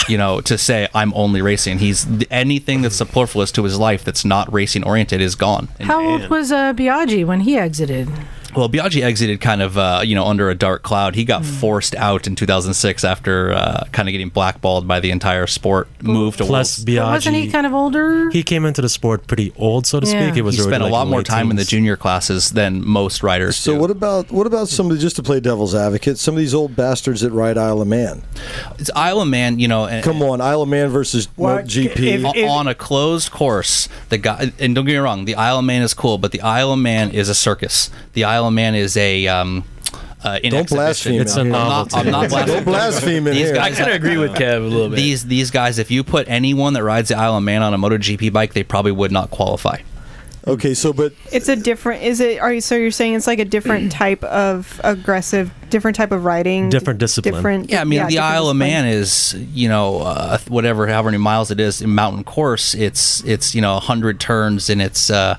you know, to say I'm only racing. He's anything that's superfluous to his life that's not racing oriented is gone. And-
How old was uh, Biaggi when he exited?
well, Biaggi exited kind of, uh, you know, under a dark cloud. He
Hmm.
got forced out in 2006 after uh, kind of getting blackballed by the entire sport. Moved to
Plus,
Worlds.
Biaggi.
Wasn't he kind of older?
he came into the sport pretty old, so to
Yeah.
speak. It was
he
already,
spent a
like,
lot more
late
time in the
teens.
junior classes than most riders.
So what about what about somebody just to play devil's advocate? Some of these old bastards that ride Isle of Man.
It's Isle of Man, you know. And,
Come on, Isle of Man versus Moat GP.
O- on a closed course, the guy. And don't get me wrong, the Isle of Man is cool, but the Isle of Man is a circus. The Isle of Man is a. Um, uh, an
Don't
exhibition.
blaspheme It's out a
I'm not,
novelty.
I'm not
Don't
blaspheming.
blaspheme in here. I kinda agree with Kev a little bit.
These these guys, if you put anyone that rides the Isle of Man on a MotoGP bike, they probably would not qualify.
Okay, so but
It's a different. Is it? Are you? So you're saying it's like a
[clears throat]
different type of aggressive, different type of riding, Different.
Yeah, I mean, the
different
Isle of
discipline.
Man is you know uh, whatever, however many miles it is in mountain course. It's it's you know hundred turns and it's. Uh,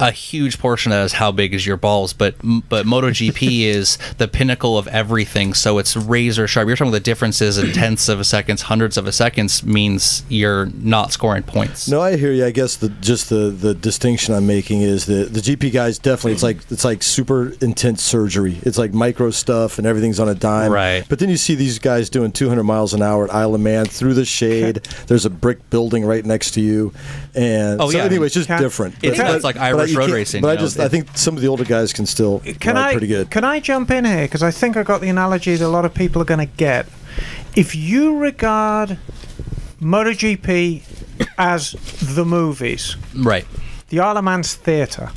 a huge portion of that is how big is your balls. But but MotoGP is the pinnacle of everything, so it's razor sharp. You're talking about the differences in tenths of a seconds, hundreds of a seconds means you're not scoring points.
No, I hear you. I guess the just the, the distinction I'm making is that the GP guys definitely it's like it's like super intense surgery. It's like micro stuff and everything's on a dime.
Right.
But then you see these guys doing 200 miles an hour at Isle of Man through the
[laughs]
shade. There's a brick building right next to you, and
Oh,
so
yeah.
anyway, it's just
Can-
different.
It's- that's like
I-
Irish
you
road
can't-
racing,
But
you
I
know,
just I
it-
think some of the older guys can still
Can
ride
I
pretty good.
can I jump in here because I think I got the analogy that a lot of people are going to get. If you regard MotoGP as the movies,
Right.
the Isle of Man's theatre.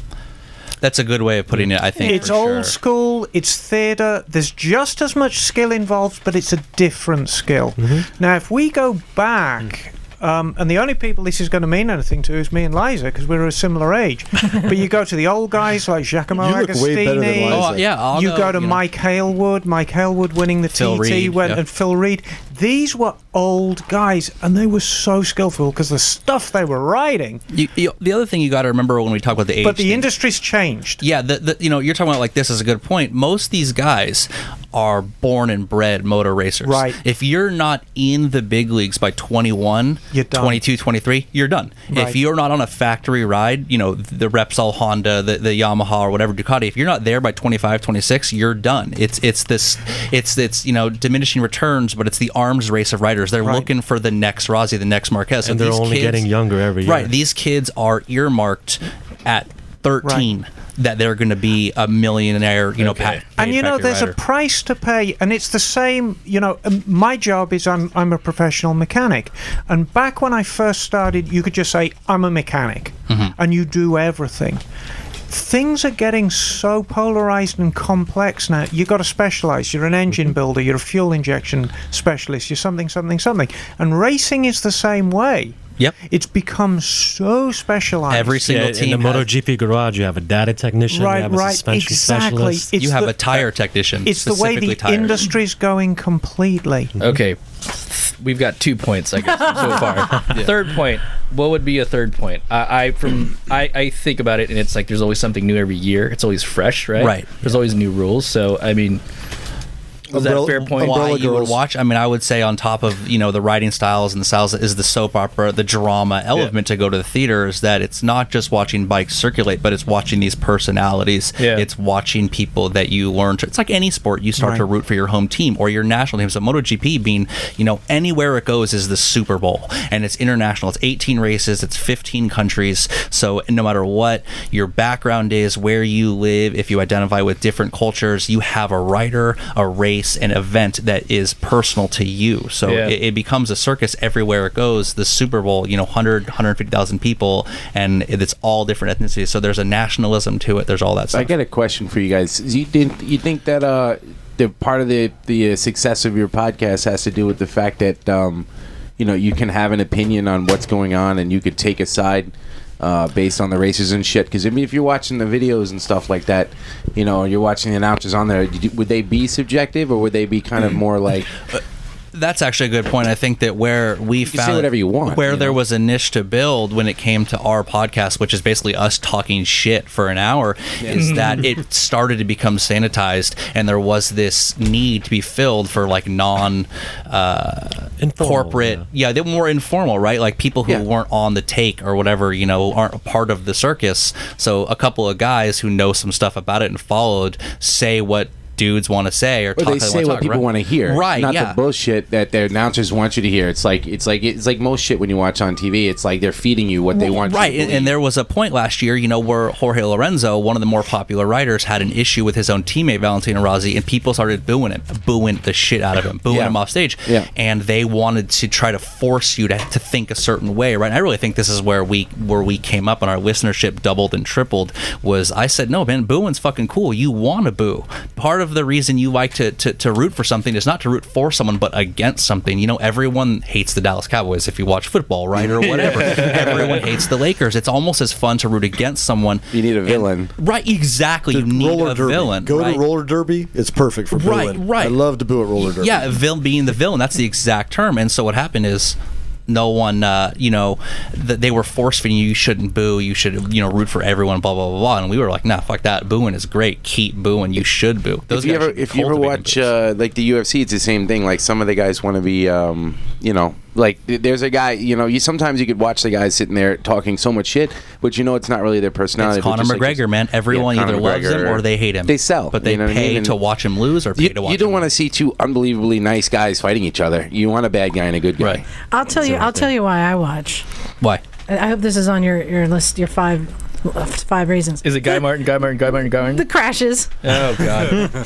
That's a good way of putting it. I think
It's
for
old
sure.
school. It's theatre. There's just as much skill involved, but it's a different skill.
Mm-hmm.
Now, if we go back,
Mm.
um, and the only people this is going to mean anything to is me and Liza because we're a similar
[laughs]
age. but you go to the old guys like Giacomo
You look way
Agostini.
better than Liza. Oh, yeah, I'll
you
go,
go, to
you know.
Mike Halewood. Mike Halewood winning the
Phil
TT
Reed,
when,
yeah.
and Phil Reed. These were old guys, and they were so skillful because the stuff they were riding.
You, you, the other thing you got to remember when we talk about the age,
But the industry's changed.
Yeah, the, the, you know, you're talking about like this is a good point. Most of these guys are born and bred motor racers.
Right.
If you're not in the big leagues by 21,
You're done.
22, 23, you're done. If
Right.
you're not on a factory ride, you know, the Repsol Honda, the, the Yamaha or whatever Ducati, if you're not there by 25, 26, you're done. It's it's this it's it's, you know, diminishing returns, but it's the arms race of riders. They're looking for the next Rossi, the next Marquez. So
And they're
these
only
kids-
getting younger every year.
Right. These kids are earmarked at 13 that they're going to be a millionaire, you know, pat,
and you know there's a price to pay and it's the same you know um, my job is I'm, I'm a professional mechanic and back when i first started you could just say i'm a mechanic and you do everything things are getting so polarized and complex now you've got to specialize you're an engine builder you're a fuel injection specialist you're something something something and racing is the same way
Yep.
It's become so specialized.
Yeah, In the MotoGP garage, you have a data technician,
Right,
you have a
right,
suspension
exactly.
specialist.
It's You have the- a
tire technician.
It's the way the industry's going completely.
Mm-hmm.
Okay, we've got two points, I guess, so
[laughs]
far.
Yeah.
Third point. What would be a third point? I, I from I, I think about it, and it's like there's always something new every year. It's always fresh, right?
Right.
There's always new rules. So I mean, was that a fair point?
Why you would watch? I mean, I would say on top of you know the writing styles and the styles is the soap opera, the drama element to go to the theater is that it's not just watching bikes circulate, but it's watching these personalities.
Yeah.
It's watching people that you learn to. It's like any sport, you start to
Right.
root for your home team or your national team. So MotoGP being you know anywhere it goes is the Super Bowl, and it's international. It's 18 races, it's 15 countries. So no matter what your background is, where you live, if you identify with different cultures, you have a rider, a race, an event that is personal to you. So
Yeah.
it, it becomes a circus everywhere it goes. The Super Bowl, you know, 100, 150,000 people, and it's all different ethnicities. So there's a nationalism to it. There's all that
I
stuff.
got a question for you guys. You didn't you think that uh the part of the the uh, success of your podcast has to do with the fact that um you know you can have an opinion on what's going on and you could take a side uh, based on the races and shit, because I mean, if you're watching the videos and stuff like that, you know, you're watching the announcers on there. you- Would they be subjective, or would they be kind of more
[clears throat]
like?
That's actually a good point. I think that where we
can say
found
whatever you want,
where
you
there was a niche to build when it came to our podcast, which is basically us talking shit for an hour,
Yeah.
Mm-hmm.
is that it started to become sanitized, and there was this need to be filled for like non uh, corporate, yeah. they were more informal, right? Like people who weren't on the take or whatever, you know, aren't a part of the circus. So a couple of guys who know some stuff about it and followed say what dudes want to say or
Or
talk
they
wanna
say what
talk,
people
right?
want to hear,
right?
Not
yeah.
the bullshit that their announcers want you to hear. It's like it's like it's like most shit when you watch on TV. It's like they're feeding you what they want.
Right,
you to
and, and there was a point last year, you know, where Jorge Lorenzo, one of the more popular writers, had an issue with his own teammate Valentino Rossi, and people started booing him, booing the shit out of him, booing
Yeah.
him off stage,
Yeah.
and they wanted to try to force you to, to think a certain way, right? And I really think this is where we where we came up, and our listenership doubled and tripled. Was I said, no, man, booing's fucking cool. You want to boo. Part of the reason you like to, to to root for something is not to root for someone, but against something. You know, everyone hates the Dallas Cowboys if you watch football, right, [laughs] or whatever. Everyone hates the Lakers. It's almost as fun to root against someone. You need a villain, right? Exactly. You need a villain.
Go
right?
to roller derby. It's perfect for
Right,
booing.
right.
I love to boo at roller derby.
Yeah, vil- being the villain. That's the exact term. And so what happened is no one, uh, you know, that they were force feeding you. You shouldn't boo. You should, you know, root for everyone. Blah blah blah. blah. And we were like, nah, fuck that. Booing is great. Keep booing. You should boo. Those
if you
guys
ever
should
if you ever
cultivate
watch uh, like the UFC, it's the same thing. Like some of the guys want to be, um, you know, like th- there's a guy. You know, you sometimes you could watch the guys sitting there talking so much shit, but you know it's not really their personality.
It's Conor
It's just like-
McGregor, man. Everyone
Conor
either loves him
McGregor.
or they hate him.
They sell,
but they
you know what I
pay
mean? And
to watch him lose or pay
you,
to watch.
you don't want to see two unbelievably nice guys fighting each other. You want a bad guy and a good guy. Right.
I'll tell you. I'll tell you why I watch.
Why?
I I hope this is on your your list. Your five five reasons.
Is it Guy Martin? Guy Martin? Guy Martin? Guy Martin?
The crashes.
[laughs] Oh God!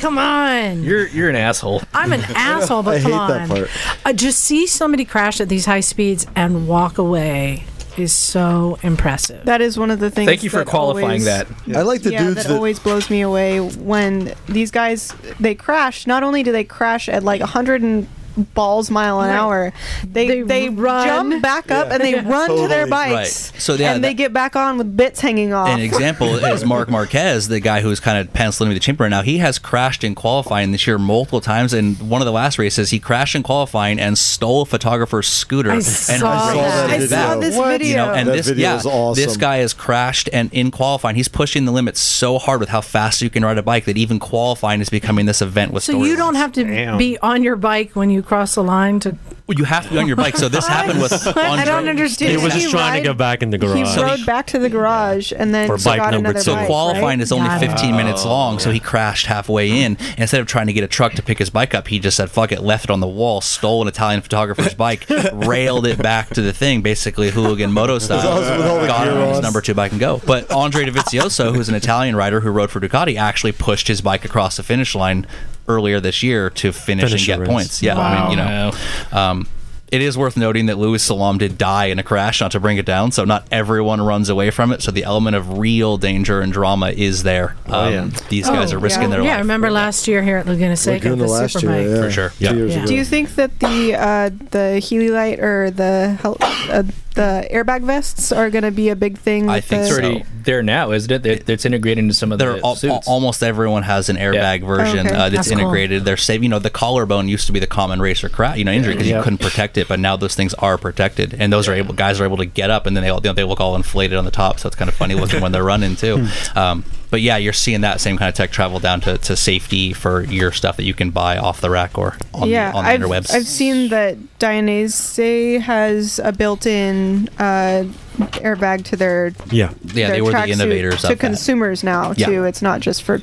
[laughs] Come on.
You're you're an asshole.
I'm
[laughs]
an asshole, but
I
come
hate
on.
that part.
I just Uh, see somebody crash at these high speeds and walk away is so impressive.
That is one of the things.
Thank you for
that
qualifying
always-
that.
I like the
yeah,
dudes
that,
that-
always blows me away when these guys they crash. Not only do they crash at like 100 and balls mile an hour, they they, jump back up and they
Yeah.
run to their
Totally.
bikes.
Right. So, yeah,
and they
that-
get back on with bits hanging off.
An example is
[laughs]
Mark Marquez, the guy who's kind of penciling me the champion right now. He has crashed in qualifying this year multiple times. In one of the last races, he crashed in qualifying and stole a photographer's scooter.
I
and
saw that. I saw this What? video.
You know, and
That
this,
video
yeah,
is awesome.
this guy has crashed and in qualifying, he's pushing the limits so hard with how fast you can ride a bike that even qualifying is becoming this event with.
so you
storylines.
don't have to
Damn.
be on your bike when you cross the line to.
Well, you have to be on your bike. So this happened with.
[laughs] I
Andre.
don't understand.
He was just trying to get
back in the
he
So
rode back to the garage and then
for
got another
So
bike,
qualifying
right?
is only 15 minutes
Oh,
long, so he crashed halfway in. Instead of trying to get a truck to pick his bike up, he just said, fuck it, left it on the wall, stole an Italian
[laughs]
photographer's bike, railed it back to the thing, basically hooligan moto style.
With all- with all the
Got it
gear
on his
on.
number two bike and go. But Andre Davizioso, who's an Italian rider who rode for Ducati, actually pushed his bike across the finish line earlier this year to finish,
Finish the
and get
race.
points. Yeah, I mean, you know. Um, it is worth noting that Louis Salam did die in a crash, not to bring it down. So not everyone runs away from it. So the element of real danger and drama is there. Um, These guys
Oh,
are risking
yeah.
their
Yeah, I
life.
remember last year here at Laguna Seca, at the Superbike.
for sure.
Two years
Yeah.
ago.
Do you think that the uh, the Healy light or the hel- uh, the airbag vests are going to be a big thing? with the-
it's already there now, isn't it? They're- It's integrated into some of
They're
the
al- al-
suits.
almost everyone has an airbag version
Oh, Okay.
uh, that's,
That's cool.
integrated. They're saving. You know, the collarbone used to be the common racer cra- you know injury because
Yeah.
you couldn't protect it, but now those things are protected, and those are able guys are able to get up, and then they all, you know, they look all inflated on the top, so it's kind of funny looking when they're running too. Um, but yeah, you're seeing that same kind of tech travel down to, to safety for your stuff that you can buy off the rack or on
yeah,
the, on the
I've,
interwebs.
I've seen that Dianese has a built-in uh, airbag to their
Yeah.
Yeah,
their
they were the
tracksuit
innovators
to
of that.
consumers now
Yeah.
too. It's not just for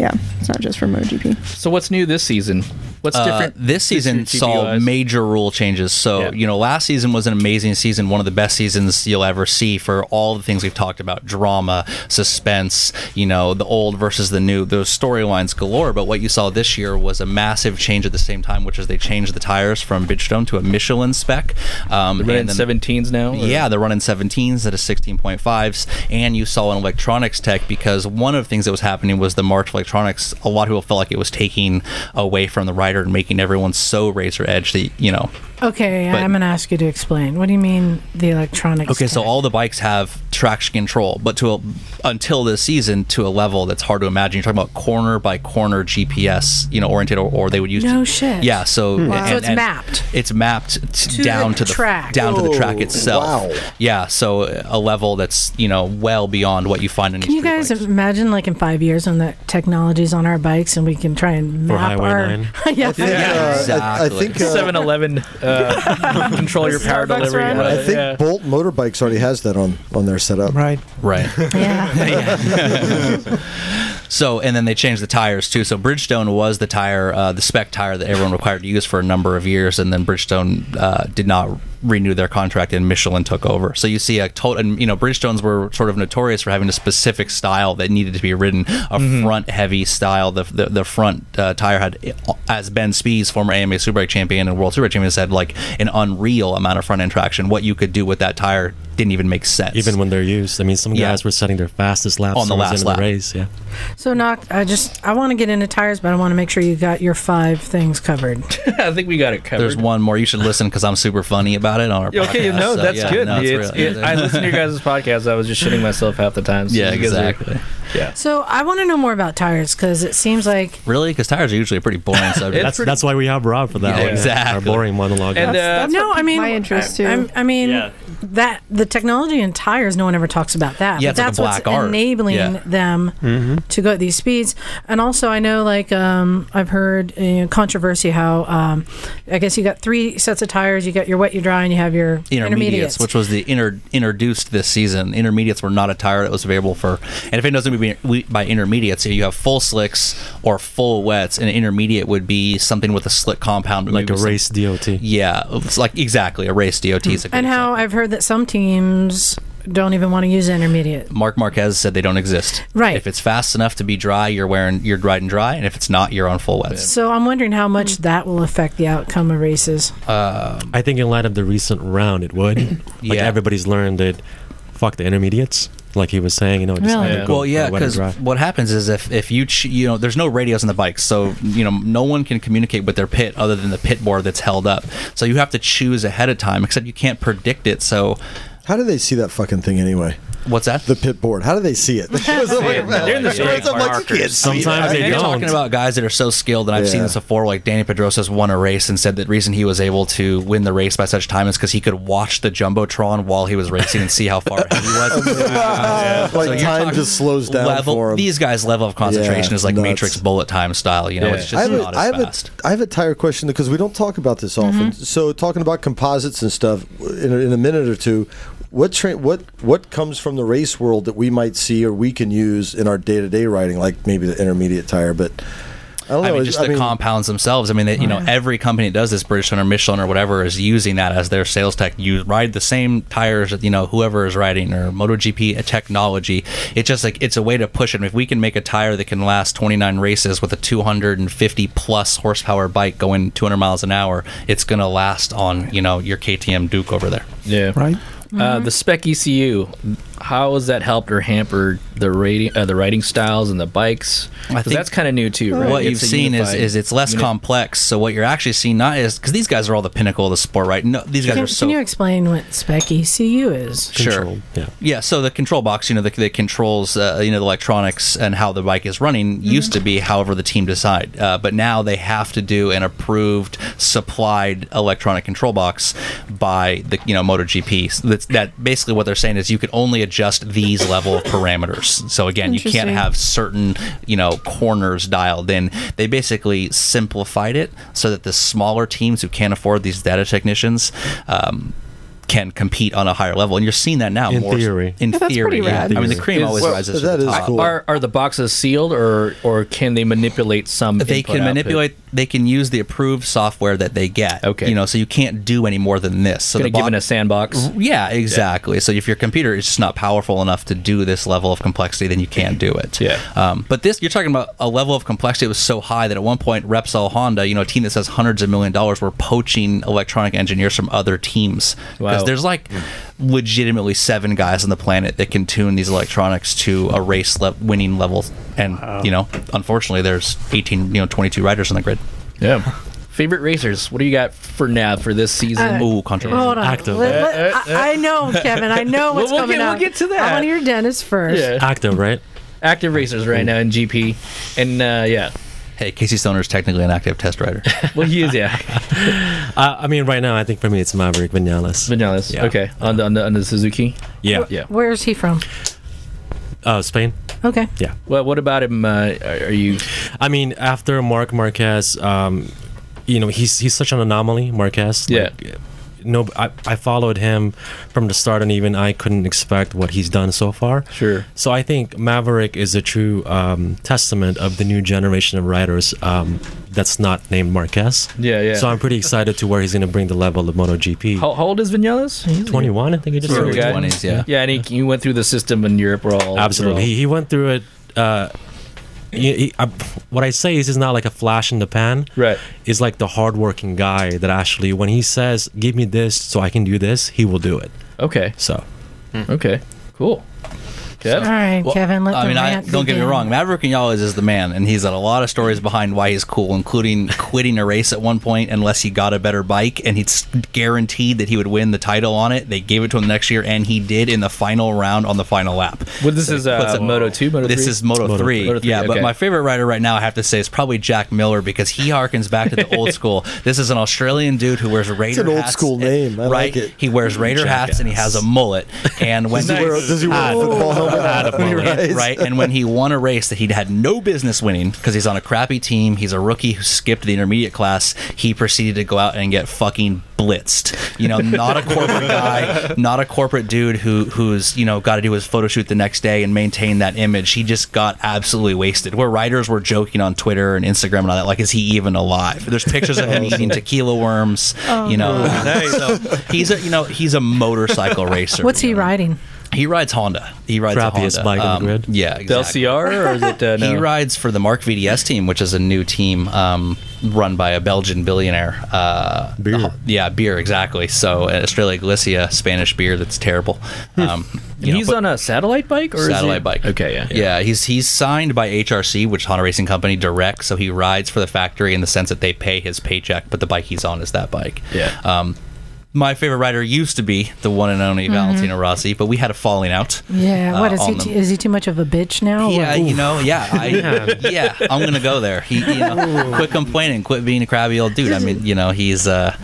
yeah, it's not just for MotoGP.
So what's new this season? What's
Uh,
different?
this season
year's GP
saw
guys?
major rule changes. So you know, last season was an amazing season, one of the best seasons you'll ever see for all the things we've talked about: drama, suspense. You know, the old versus the new, those storylines galore. But what you saw this year was a massive change at the same time, which is they changed the tires from Bridgestone to a Michelin spec. Um,
They're running
and then-
17s now. or-
yeah, they're running 17s that is 16.5s, and you saw an electronics tech because one of the things that was happening was the March electronics. A lot of people felt like it was taking away from the rider and making everyone so razor edge that you know.
Okay,
But-
I'm going to ask you to explain. What do you mean the electronics?
Okay, so
tech?
all the bikes have traction control, but to a, until this season, to a level that's hard to imagine. You're talking about corner by corner GPS, you know, oriented, or, or they would use
No shit.
Yeah, so
Hmm. Wow. So it's mapped.
It's mapped
To
t-
the
down to the
track.
down to the track
Whoa,
itself.
wow.
Yeah, so a level that's you know well beyond what you find in.
Can you guys imagine, like in five years, when that technology's on our bikes and we can try and
For
map
Highway
our
nine?
[laughs] yeah,
I think,
uh, I- I
[laughs]
think, uh,
7-Eleven uh, control your power
Starbucks
delivery.
run.
out of
I
it,
think
yeah.
Bolt Motorbikes already has that on on their setup. [laughs]
Right.
Right. [laughs] so, and then they changed the tires too. So Bridgestone was the tire, uh, the spec tire that everyone required to use for a number of years, and then Bridgestone uh, did not renew their contract, and Michelin took over. So you see a total, and you know, Bridgestones were sort of notorious for having a specific style that needed to be ridden, a
Mm-hmm.
front-heavy style. The the, the front uh, tire had, as Ben Spees, former AMA Superbike champion and World Superbike champion, said, like an unreal amount of front-end traction. What you could do with that tire didn't even make sense.
Even when they're used. I mean, some
Yeah.
guys were setting their fastest laps
On the
towards
last
end of
lap.
the race. Yeah.
So, knock. I just I want to get into tires, but I want to make sure you got your five things covered.
[laughs] I think we got it covered.
There's one more. You should listen because I'm super funny about it on our podcast.
[laughs] Okay, no,
so,
that's
yeah,
good.
no, it's
It's-
real- [laughs]
it- I listen to your guys' podcast. I was just shitting myself half the time. so
Yeah,
you guys are-
exactly.
Yeah.
So I want to know more about tires because it seems like
Really? Because tires are usually a
[laughs]
pretty boring subject.
that's, that's why we have Rob for that
Yeah,
one.
exactly.
Our boring monologue.
And,
That's-
no, I mean
my interest,
I,
too.
I'm- I, mean that the technology in tires, no one ever talks about that.
Yeah,
but
it's like a
that's
black
what's
art.
enabling
Yeah.
them
Mm-hmm.
to go at these speeds. And also, I know like um, I've heard you know, controversy how um, I guess you got three sets of tires. You got your wet, your dry, and you have your
intermediates,
intermediates.
which was the inter- introduced this season. Intermediates were not a tire that was available for, and if it doesn't mean we- by intermediates, you have full slicks or full wets, and an intermediate would be something with a slick compound,
Like
maybe
a
some-
race DOT.
Yeah, it's like exactly a race DOT. Is a good
and how I've heard that some teams don't even want to use intermediate.
Mark Marquez said they don't exist.
Right.
If it's fast enough to be dry, you're wearing you're riding dry, and if it's not, you're on full wets.
So I'm wondering how much that will affect the outcome of races.
uh,
Um, I think in light of the recent round, it would. Like everybody's learned that. Fuck the intermediates, like he was saying. You know, just
Really?
either go
Well,
wet
yeah,
or
because
dry.
what happens is if if you ch- you know there's no radios on the bike, so you know no one can communicate with their pit other than the pit board that's held up. So you have to choose ahead of time, except you can't predict it. So
How do they see that fucking thing anyway?
What's that?
The pit board. How do they see it?
[laughs] They're
in the straight markers. Sometimes they
You're
don't.
talking about guys that are so skilled, and I've seen
Yeah.
this before. Like Danny Pedrosa's won a race and said that the reason he was able to win the race by such time is because he could watch the jumbotron while he was racing and see
[laughs]
how [laughs] far ahead he
[laughs]
was.
Like
So you're
time
talking
just slows down
level-
for 'em.
These guys' level of concentration
Yeah,
is like
nuts.
Matrix bullet time style. You know, it's
I
just
have a-
not
I
as
have a-
fast.
I have a tire question because we don't talk about this often. So, talking about composites and stuff in a, in a minute or two, what tra- what what comes from the race world that we might see or we can use in our day to day riding, like maybe the intermediate tire, but I don't know.
I mean,
is-
just
I
the
mean, Oh,
compounds themselves. I mean, they, you know, every company that does this, Bridgestone or Michelin or whatever, is using that as their sales tech. You ride the same tires that you know whoever is riding or MotoGP uh, technology. It's just like it's a way to push it. And if we can make a tire that can last 29 races with a 250 plus horsepower bike going 200 miles an hour, it's going to last on you know your KTM Duke over there.
Yeah.
Right.
Uh,
Mm-hmm.
the spec ECU, how has that helped or hampered the rating, uh, the riding styles and the bikes? 'Cause
think
that's kind of new too. Right?
What
It's
you've
a
seen is,
unified
is it's less
unit.
complex. So what you're actually seeing not is because these guys are all the pinnacle of the sport, right? No, these guys
Can,
are so
can you explain what spec ECU is?
Sure. Yeah. So the control box, you know, the, the controls, uh, you know, the electronics and how the bike is running used to be however the team decide, uh, but now they have to do an approved, supplied electronic control box by the you know MotoGP. So that's, that basically what they're saying is you can only adjust these level of parameters. So again, you can't
Interesting.
have certain you know corners dialed in. They basically simplified it so that the smaller teams who can't afford these data technicians. Um, can compete on a higher level, and you're seeing that now.
In
more
theory.
in
Yeah, that's
theory,
pretty rad.
I mean, the cream always rises. to the top.
Are, are the boxes sealed, or or can they manipulate some?
they
input,
can
output?
manipulate. They can use the approved software that they get. Okay, you know, so you can't do any more than this. So
Gonna
they're
give it a sandbox.
Yeah, exactly. So if your computer is just not powerful enough to do this level of complexity, then you can't do it. Yeah. Um, but this, you're talking about a level of complexity that was so high that at one point Repsol Honda, you know, a team that says hundreds of million dollars, were poaching electronic engineers from other teams because
Wow.
there's like legitimately seven guys on the planet that can tune these electronics to a race le- winning level, and you know, unfortunately, there's 18, you know, 22 riders on the grid.
Yeah. Favorite racers? What do you got for now for this season?
Uh, Ooh,
controversy.
Hold on. Let- let- I, I know, Kevin. I know what's
Eh, [laughs] we'll
coming
get,
up.
We'll get to that.
I want to hear Dennis first.
Active, right?
Active racers right now in GP, and uh, yeah.
Hey, Casey Stoner is technically an active test
[laughs]
rider.
well, he is,
[laughs]
yeah.
uh, I mean, right now, I think for me, it's Maverick Vinales.
Vinales. Okay. On the, on the on the Suzuki.
Yeah.
Yeah.
Where's he from?
Uh, Spain.
Okay.
Yeah.
Well, what about him? Uh, are you?
I mean, after Mark Marquez, um, you know, he's he's such an anomaly, Marquez. Yeah. no, I, I followed him from the start, and even I couldn't expect what he's done so far.
Sure.
So I think Maverick is a true um, testament of the new generation of riders um, that's not named Marquez.
Yeah, yeah.
So I'm pretty excited to where he's going to bring the level of MotoGP.
How, how old is Vinales? He's
21, I think it is.
Sure,
Early
guy.
20s, yeah.
Yeah, and he, he went through the system in Europe. We're all
Absolutely, he,
we're
he went through it. Uh, he, he, I, what I say is, he's not like a flash in the pan.
Right.
He's like the hardworking guy that actually, when he says, "Give me this so I can do this," he will do it.
Hmm.
all- Okay.
So,
okay, cool. Kev?
All right, Kevin, let
I
the
mean, I,
rant
don't get me
begin.
wrong. Maverick Canales is the man, and he's got a lot of stories behind why he's
[laughs]
cool, including quitting a race at one point unless he got a better bike, and he's guaranteed that he would win the title on it. They gave it to him the next year, and he did in the final round on the final lap.
Well, this is
puts
uh,
it-
Moto Two, Moto
this
three?
is Moto, 3.
Moto
Yeah, but
okay.
my favorite rider right now, I have to say, is probably Jack Miller because he harkens back to
[laughs]
the old school. This is an Australian dude who wears Raider
an old
hats
school
and-
name. I like
right? [laughs]
it.
He wears Raider hats and he has a mullet. And when
Does he wear a- does he wear a
Ah, [laughs]
football helmet?
ah,
When he rides?
right? And when he won a race that he'd had no business winning because he's on a crappy team, he's a rookie who skipped the intermediate class. He proceeded to go out and get fucking blitzed. You know, not
[laughs]
a corporate guy, not a corporate dude who who's you know got to do his photo shoot the next day and maintain that image. He just got absolutely wasted. Where writers were joking on Twitter and Instagram and all that, like, is he even alive? There's
[laughs]
pictures of him eating tequila worms.
Oh,
you know,
no.
[laughs]
Nice.
so he's a you know he's a motorcycle racer.
What's he riding?
He rides Honda. He rides
Crappiest
a Honda. Um,
bike on the grid.
Yeah, exactly.
LCR or is it? Uh, no?
He rides for the Mark VDS team, which is a new team um, run by a Belgian billionaire. Uh, beer. yeah, beer exactly. So uh, Australia Galicia, Spanish beer that's terrible. Um, you know,
Hmm. he's
but-
on a satellite bike or
satellite
is he,
bike.
Okay, yeah.
yeah, He's he's signed by HRC, which Honda Racing Company direct. So he rides for the factory in the sense that they pay his paycheck, but the bike he's on is that bike.
Yeah.
Um, my favorite rider used to be the one and only
Mhm.
Valentino Rossi, but we had a falling out.
Yeah,
uh,
what is he?
on
Too,
the-
is he too much of a bitch now? Or-
yeah, Uh, you know, yeah,
[laughs]
I, [laughs] yeah, I'm gonna go there. He, you know, quit complaining, quit being a crabby old dude. I mean, you know, he's uh,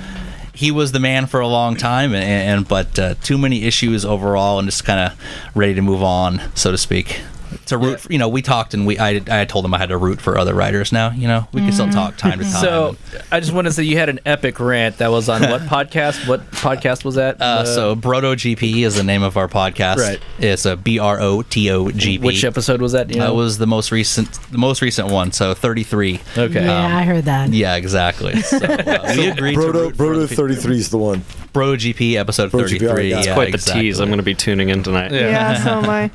he was the man for a long time, and, and but uh, too many issues overall, and just kind of ready to move on, so to speak. To root, for, you know, we talked, and we I, I told him I had to root for other writers. Now, you know, we can still talk time to time.
Mm-hmm. [laughs] So I just want to say you had an epic rant that was
[laughs]
on what podcast? What podcast was that?
Uh, so Broto GP is the name of our podcast.
Right.
It's a B R O T O G P.
Which episode was that? Do you
That
know?
was the most recent, the most recent one. So thirty three.
Okay.
yeah, I heard that.
Yeah, exactly. So, uh, we agreed
Brodo,
to
Brodo 33 is the one.
Brodo GP episode
Brodo GP, I
33.
got it.
yeah,
It's quite the
exactly.
tease. I'm going to be tuning in tonight.
Yeah, so am
[laughs]
I.
[laughs]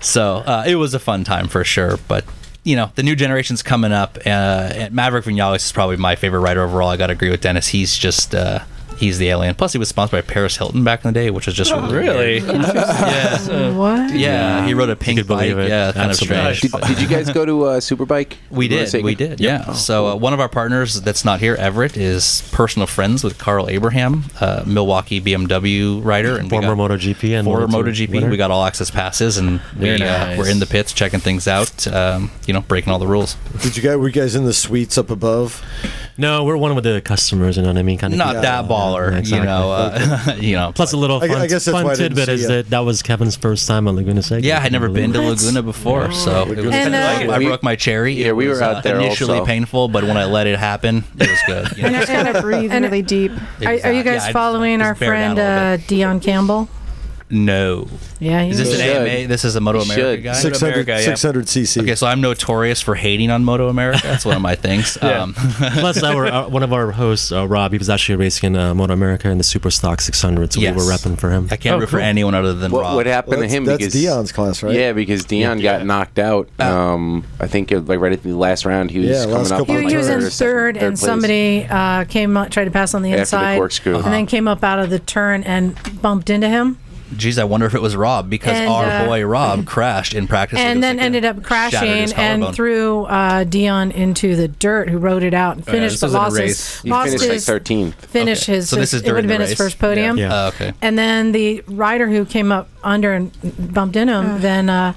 So uh, it was a fun time for sure, but. You know the new generation's coming up. Uh, and Maverick Vinales is probably my favorite writer overall. I got to agree with Dennis. He's just uh, he's the alien. Plus, he was sponsored by Paris Hilton back in the day, which is
Oh,
just
really?
[laughs]
yeah.
What?
Yeah, he rode a pink bike.
believe it.
Yeah, kind
Absolutely.
of strange.
Did, did you guys go to uh, Superbike?
[laughs] We
For a
did.
second?
We
Yep.
did. Yeah.
Oh,
so uh, one of our partners that's not here, Everett, is personal friends with Carl Abraham, uh, Milwaukee BMW rider and we
Former
got-
MotoGP and
former
Moto2
MotoGP.
winner.
We got all access passes, and we
Very
uh,
nice.
were in the pits checking things out. Um, you know, breaking all the rules.
Did you guys were you guys in the suites
[laughs]
up above?
No, we're one with the customers, you know what I mean? Kind of
Not that baller, you know. Uh, [laughs] you know.
Plus, a little
I- I
fun,
guess that's
fun
why I didn't
tidbit
see
is
it.
that that was Kevin's first time on Laguna Seca.
Yeah, I had never been to
What?
Laguna before, so it was,
And,
I,
uh,
I
we-
broke my cherry.
Yeah,
It
we
was, uh,
were out there
Initially
also.
painful, but when I let it happen, it was good. you know?
And- [laughs]
Just gotta breathe
And-
really deep.
Are, are you
Exactly. Yeah, I
guys
just-
following
just
our
bear down
friend
a little
uh, Dion Campbell?
no,
Yeah, he
is this
was-
an
should.
AMA? This is a Moto
You should.
America guy.
600,
America, yeah.
600 cc.
Okay, so I'm notorious for hating on Moto America. That's one of my things.
Yeah.
um,
[laughs]
[laughs]
Plus, our, our, one of our hosts, uh, Rob, he was actually racing in uh, Moto America in the Superstock 600, so
Yes.
we were repping for him.
I can't
Oh,
root for
cool.
anyone other than
What,
Rob.
what happened
That's-
to him?
That's
because
Dion's class, right?
Yeah, because Dion got knocked out.
Uh,
Um, I think it, like right at the last round, he was
Yeah, last
coming up.
couple
on,
he,
of
like,
he was in
third or
third,
second- third
and
place.
somebody uh, came up, tried to pass on the
After the Uh-huh.
inside,
corkscrew.
and then came up out of the turn and bumped into him,
Jeez, I wonder if it was Rob because
And,
our
uh,
boy Rob crashed in practice. It was
and then
like a-
ended up
shattered his
crashing and
collarbone.
threw uh, Dion into the dirt, who rode it
Oh,
out and
yeah,
finished,
this
but
wasn't a
lost
race.
his
He
lost
finished like
his
13th.
finish
Okay,
his.
so this
his-
is
it would
during
have
the
been his
race.
first podium.
Yeah.
Oh, okay.
And then the rider who came up under and bumped into him, then uh,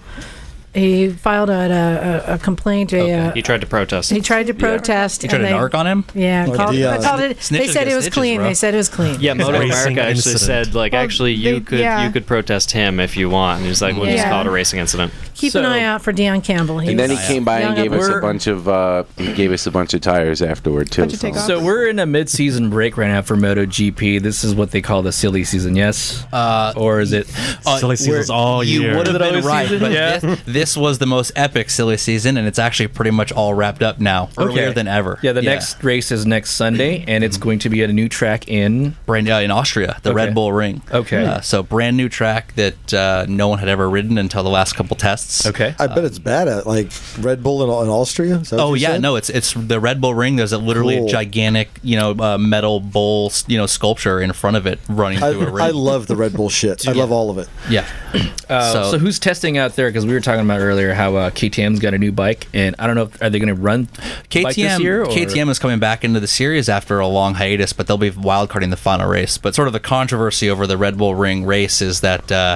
he filed a, a, a complaint. A, uh,
He tried to protest.
he tried to protest.
You tried
and
to
they-
narc on him?
Yeah,
Like
called,
the,
they
uh,
called it. They
snitches
said
get
it was
snitches,
clean.
bro.
They said it was clean.
Yeah, Moto
Racing
America actually
incident.
said like
Well,
actually you
they-
could
yeah.
you could protest him if you want. And he's like, we'll just
Yeah.
call it a racing incident.
Keep an
So-
eye out for Dion Campbell.
And then he
was
came by and
young
gave
up-
us a
We're-
bunch of uh, he gave us a bunch of tires afterward too.
How'd you take off?
So we're in a mid-season break right now for MotoGP. This is what they call the silly season, yes?
Uh,
or is it?
Uh,
Silly seasons
we're-
all
you
year.
would have
Is it
been
always
right,
season?
but
Yeah.
this, this was the most epic silly season, and it's actually pretty much all wrapped up now, earlier
Okay.
than ever.
Yeah, the next race is next Sunday, and it's going to be at a new track in.
brand uh, in Austria, the
Okay.
Red Bull Ring.
Okay.
uh, so brand new track that uh, no one had ever ridden until the last couple tests. exists. Okay.
I bet it's bad at like Red Bull in, in Austria. Is that what
Oh
you
yeah,
said?
no, it's it's the Red Bull Ring. There's a, literally
Cool.
a gigantic, you know, uh, metal bowl, s- you know, sculpture in front of it running
I,
through a ring.
I love the Red
[laughs]
Bull shit. I love all of it.
yeah.
Uh, so,
So-
who's testing out there? Because we were talking about earlier how uh, KTM's got a new bike, and I don't know if are they going to run the bike this
KTM
year? Or?
KTM is coming back into the series after a long hiatus, but they'll be wildcarding the final race. But sort of the controversy over the Red Bull Ring race is that uh,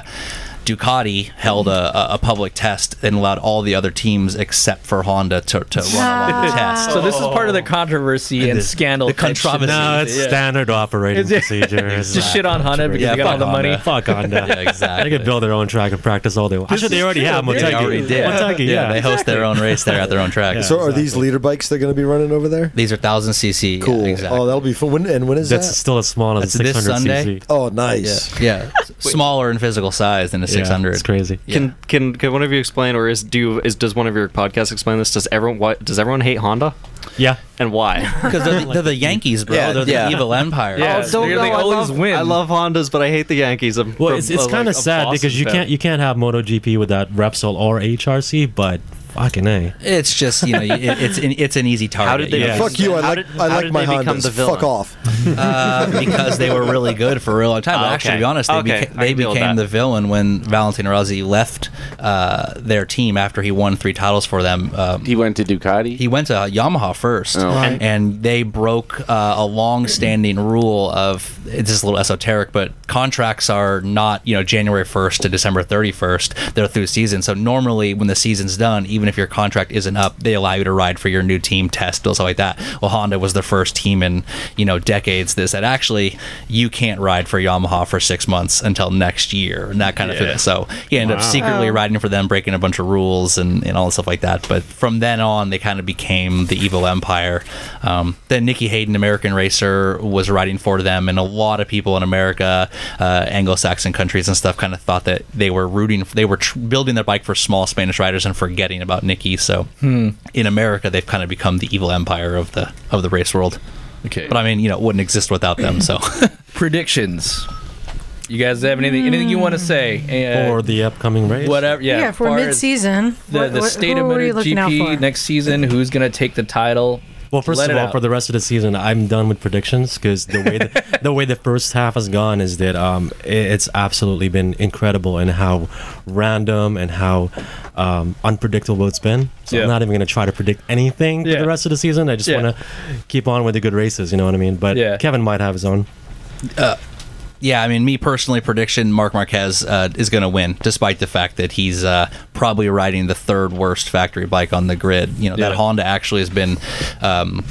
Ducati held a, a- a public test and allowed all the other teams except for Honda to, to run along the test.
[laughs] So this is part of the controversy and scandal.
Oh. the
type shit.
controversy. No, it's
standard operating
Is it-
[laughs]
procedure.
It's just shit on Honda because they got all the money.
Fuck Honda.
Yeah, exactly.
They could build their own track and practice all they want. Actually, they already have Motegi.
They already did.
Motegi, yeah.
yeah, they host their own race there at their own track.
so are these leader bikes they're going to be running over there?
These are thousand cc.
Cool.
Yeah, exactly.
Oh, that'll be fun. When, and when is
That's
that?
still as small
That's this Sunday.
Oh, nice.
[laughs]
Yeah, yeah. smaller in physical size than a
Yeah,
six hundred.
it's crazy.
Can can can one of you explain, or is do you, is does one of your podcasts explain this? Does everyone why, does everyone hate Honda?
Yeah,
and [laughs] why?
Because they're, the- they're the Yankees, [laughs] bro. they're the evil empire.
love, Oh, I love Hondas, but I hate the Yankees. I'm
Well,
from-
it's, it's
uh,
kind of
like, a
sad
Boston
because you
fan.
can't you can't have MotoGP without Repsol or HRC, but fucking a.
It's just you know it, it's an, it's an easy target.
How did they
you know?
become- Fuck you, I how like- did- I how like did my they become Hondas. the villain? Fuck off.
[laughs] Uh, because they were really good for a real long time. But
Ah, Okay.
Actually, to be honest, they,
Okay.
beca-
I
they
can deal with
became
that.
the villain when Valentino Rossi left uh, their team after he won three titles for them. Um,
he went to Ducati.
He went to Yamaha first,
Oh. Right.
and, and they broke uh, a long-standing rule of it's just a little esoteric, but contracts are not you know January first to December thirty-first. They're through season, so normally when the season's done, even if your contract isn't up, they allow you to ride for your new team test or something like that. Well, Honda was the first team in you know decades this that actually you can't ride for Yamaha for six months until next year and that kind of
Yeah.
thing. So he ended up
Wow.
secretly
Oh.
riding riding for them, breaking a bunch of rules and, and all the stuff like that. But from then on, they kind of became the evil empire. Um, then Nikki Hayden, American racer, was riding for them, and a lot of people in America, uh, Anglo-Saxon countries and stuff, kind of thought that they were rooting, they were tr- building their bike for small Spanish riders and forgetting about Nikki. So
Hmm.
in America, they've kind of become the evil empire of the of the race world.
Okay,
but I mean, you know, it wouldn't exist without them. So [laughs]
predictions. You guys have anything anything you want to say? Uh,
or the upcoming race.
Whatever. Yeah.
yeah, if we're
far as
mid-season,
The,
what-
the
what-
state
who
of
are we looking out
MotoGP
for?
next season. Who's going to take the title?
Well, first
Let
of
it
all,
out.
for the rest of the season, I'm done with predictions because the way
[laughs]
the, the way the first half has gone is that um, i- it's absolutely been incredible and in how random and how um, unpredictable it's been. So
Yeah.
I'm not even going to try to predict anything for the rest of the season. I just
Yeah.
want to keep on with the good races. You know what I mean? But
Yeah.
Kevin might have his own.
uh, yeah, I mean, me personally, prediction Mark Marquez uh, is going to win, despite the fact that he's uh, probably riding the third worst factory bike on the grid. You know, that
Yeah.
Honda actually has been. Um,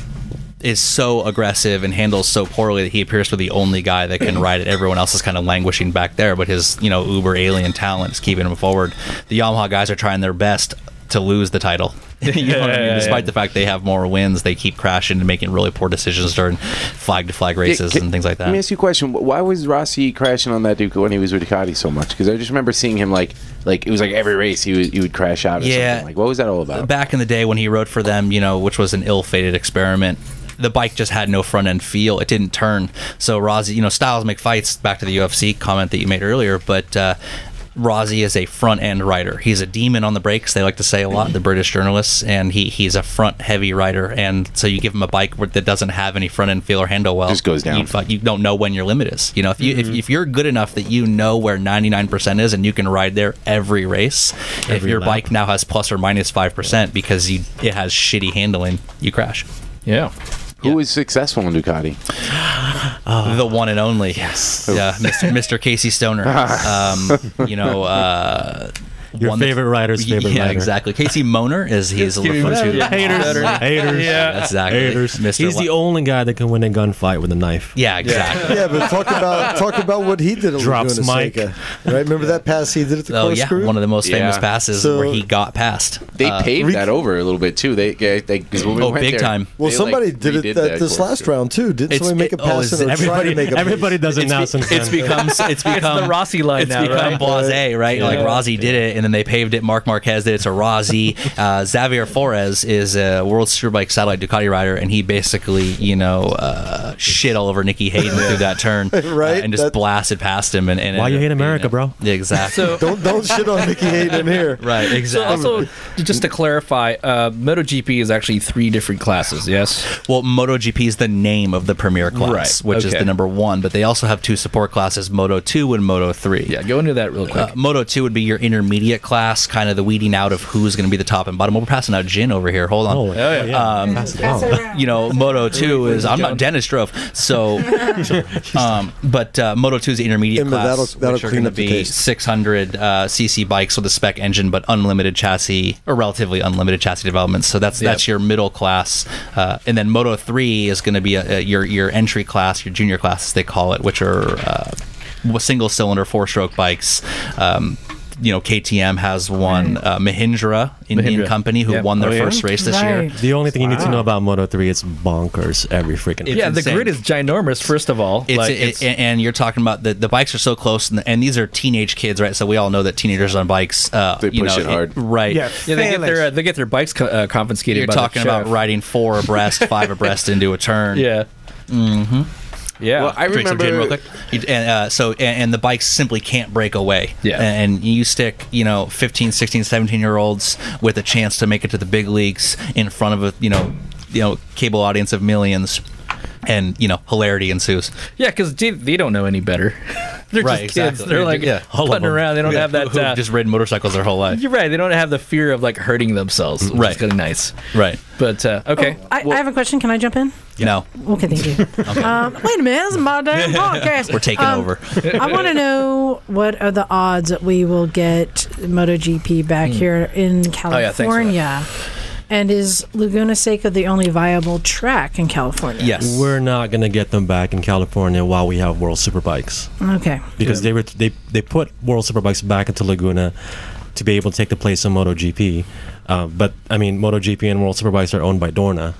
is so aggressive and handles so poorly that he appears to be the only guy that can ride it. Everyone else is kind of languishing back there, but his you know uber alien talent is keeping him forward. The Yamaha guys are trying their best to lose the title. [laughs] you know what I
Yeah,
mean?
yeah,
Despite
yeah.
the fact they have more wins, they keep crashing and making really poor decisions during flag to flag races
Yeah, ca-
and things like that.
Let me ask you a question. Wh- Why was Rossi crashing on that Duke when he was with Ducati so much? Because I just remember seeing him like, like it was like every race he would, he would crash out. Or
Yeah.
Something. Like what was that all about?
back in the day when he rode for them, you know, which was an ill-fated experiment. The bike just had no front end feel; it didn't turn. So Rossi, you know, Styles make fights. Back to the UFC comment that you made earlier, but. Uh, Rossi is a front end rider. He's a demon on the brakes. They like to say a lot, the British journalists, and he, he's a front heavy rider. And so you give him a bike where- that doesn't have any front end feel or handle well.
Just goes down.
You, fuck- you don't know when your limit is. You know, if you if, if you're good enough that you know where 99% is and you can ride there every race, if
Every
your
lap.
bike now has plus or minus five percent because you it has shitty handling, you crash.
Yeah.
Who was successful in Ducati?
Uh,
the one and only.
[laughs]
Yes. Yeah, Mr. Mr. Casey Stoner. Um, you know. Uh,
Your
one that-
favorite rider's favorite
yeah,
rider.
exactly. Casey Moner is he's
Just kidding.
referred to
Whatever. Haters.
Yeah.
Haters.
Yeah, exactly.
Haters.
Mr.
He's the only guy that can win a gunfight with a knife.
[laughs] Yeah, exactly.
Yeah, but talk about talk about what he did at
Drops
Laguna
mic.
Seca. Right? Remember that pass he did at the
Oh yeah,
corkscrew?
one of the most famous passes
So-
where he got past.
They
Uh,
paved that over a little bit too. They, they, they 'cause when we
Oh,
went
big
there,
time.
Well,
they,
somebody
like,
did
redid
it that,
that
this
course.
last round too. Did
It's-
somebody make a
it- oh,
pass?
is
in
it-
or try
[laughs] everybody-
to make a
everybody does it now since
it's
then.
[laughs]
[laughs]
become it's become
It's the Rossi line
it's
now,
become
right?
blase, right? Like
Yeah.
Rossi did it, and then they paved it. Mark Marquez did it to Rossi. Uh, Xavier Flores is a World Superbike satellite Ducati rider, and he basically, you know, uh, shit all over Nikki Hayden through that turn,
Right,
uh, and just
that-
blasted past him. And, and
Why you hate
America, bro? Exactly.
don't don't shit on Mickey Hayden here.
Right, exactly.
So also, just to clarify, uh, MotoGP is actually three different classes. Yes.
Well, MotoGP is the name of the premier class,
Right,
which is
okay.
the number one. But they also have two support classes, Moto Two and Moto Three. Yeah,
go into that real quick.
Moto Two would be your intermediate class, kind of the weeding out of who's going to be the top and bottom. We're passing out gin over here. Hold on.
Oh,
yeah.
Um,
Pass it Pass it on.
you know, Moto Two is I'm not Dennis Drove,
[laughs]
so. um, but uh, Moto Two is the intermediate
Emma,
class,
that'll- that'll
which are
clean
going to
up the
be
taste.
600 uh, cc bikes with a spec engine, but unlimited chassis or relatively unlimited chassis development. So that's
Yep.
that's your middle class, uh, and then Moto three is going to be a, a, your your entry class, your junior class as they call it, which are uh, single cylinder four stroke bikes. Um, you know, KTM has one uh, Mahindra Indian
Mahindra.
company who
Yep.
won their
Oh, yeah.
first race this year.
The only thing you need to
Wow.
know about Moto 3 is bonkers every freaking
It's
yeah, the
insane.
grid is ginormous. First of all,
It's,
Like,
it- and- and you're talking about the, the bikes are so close, and, and these are teenage kids, right? So we all know that teenagers on bikes, uh,
They
you
push
know,
it hard.
right?
yeah, they get their uh, they get their bikes co- uh, confiscated.
You're
by
talking
the
about
sheriff.
riding four abreast, five abreast into a turn.
[laughs] Yeah.
Mm-hmm.
Yeah. Well, I
Drink some gin
remember-
real quick. You- And, uh, so and, and the bikes simply can't break away.
Yeah.
And you stick, you know, 15, 16, 17 year olds with a chance to make it to the big leagues in front of a, you know, you know, cable audience of millions, and you know, hilarity ensues.
Yeah, because they, they don't know any better. [laughs] They're
Right,
just kids.
exactly.
They're like
Yeah. All of
putting
them.
around. They don't
Yeah.
have that.
Who- who
uh,
just ridden motorcycles their whole life.
You're right. They don't have the fear of like hurting themselves. Which right. Is kind of nice.
Right.
But uh, okay.
I, I have a question. Can I jump in?
No.
Okay, thank
[laughs]
you. Um, wait a minute, this is my damn podcast.
We're taking
Um,
over.
I want to know what are the odds that we will get MotoGP back
Hmm.
here in
Oh, yeah, thanks for that.
California? and is Laguna Seca the only viable track in California?
We're not going to get them back in California while we have World Superbikes.
Okay.
Because they were they they put World Superbikes back into Laguna to be able to take the place of MotoGP. Uh, but I mean, MotoGP and World Superbikes are owned by Dorna.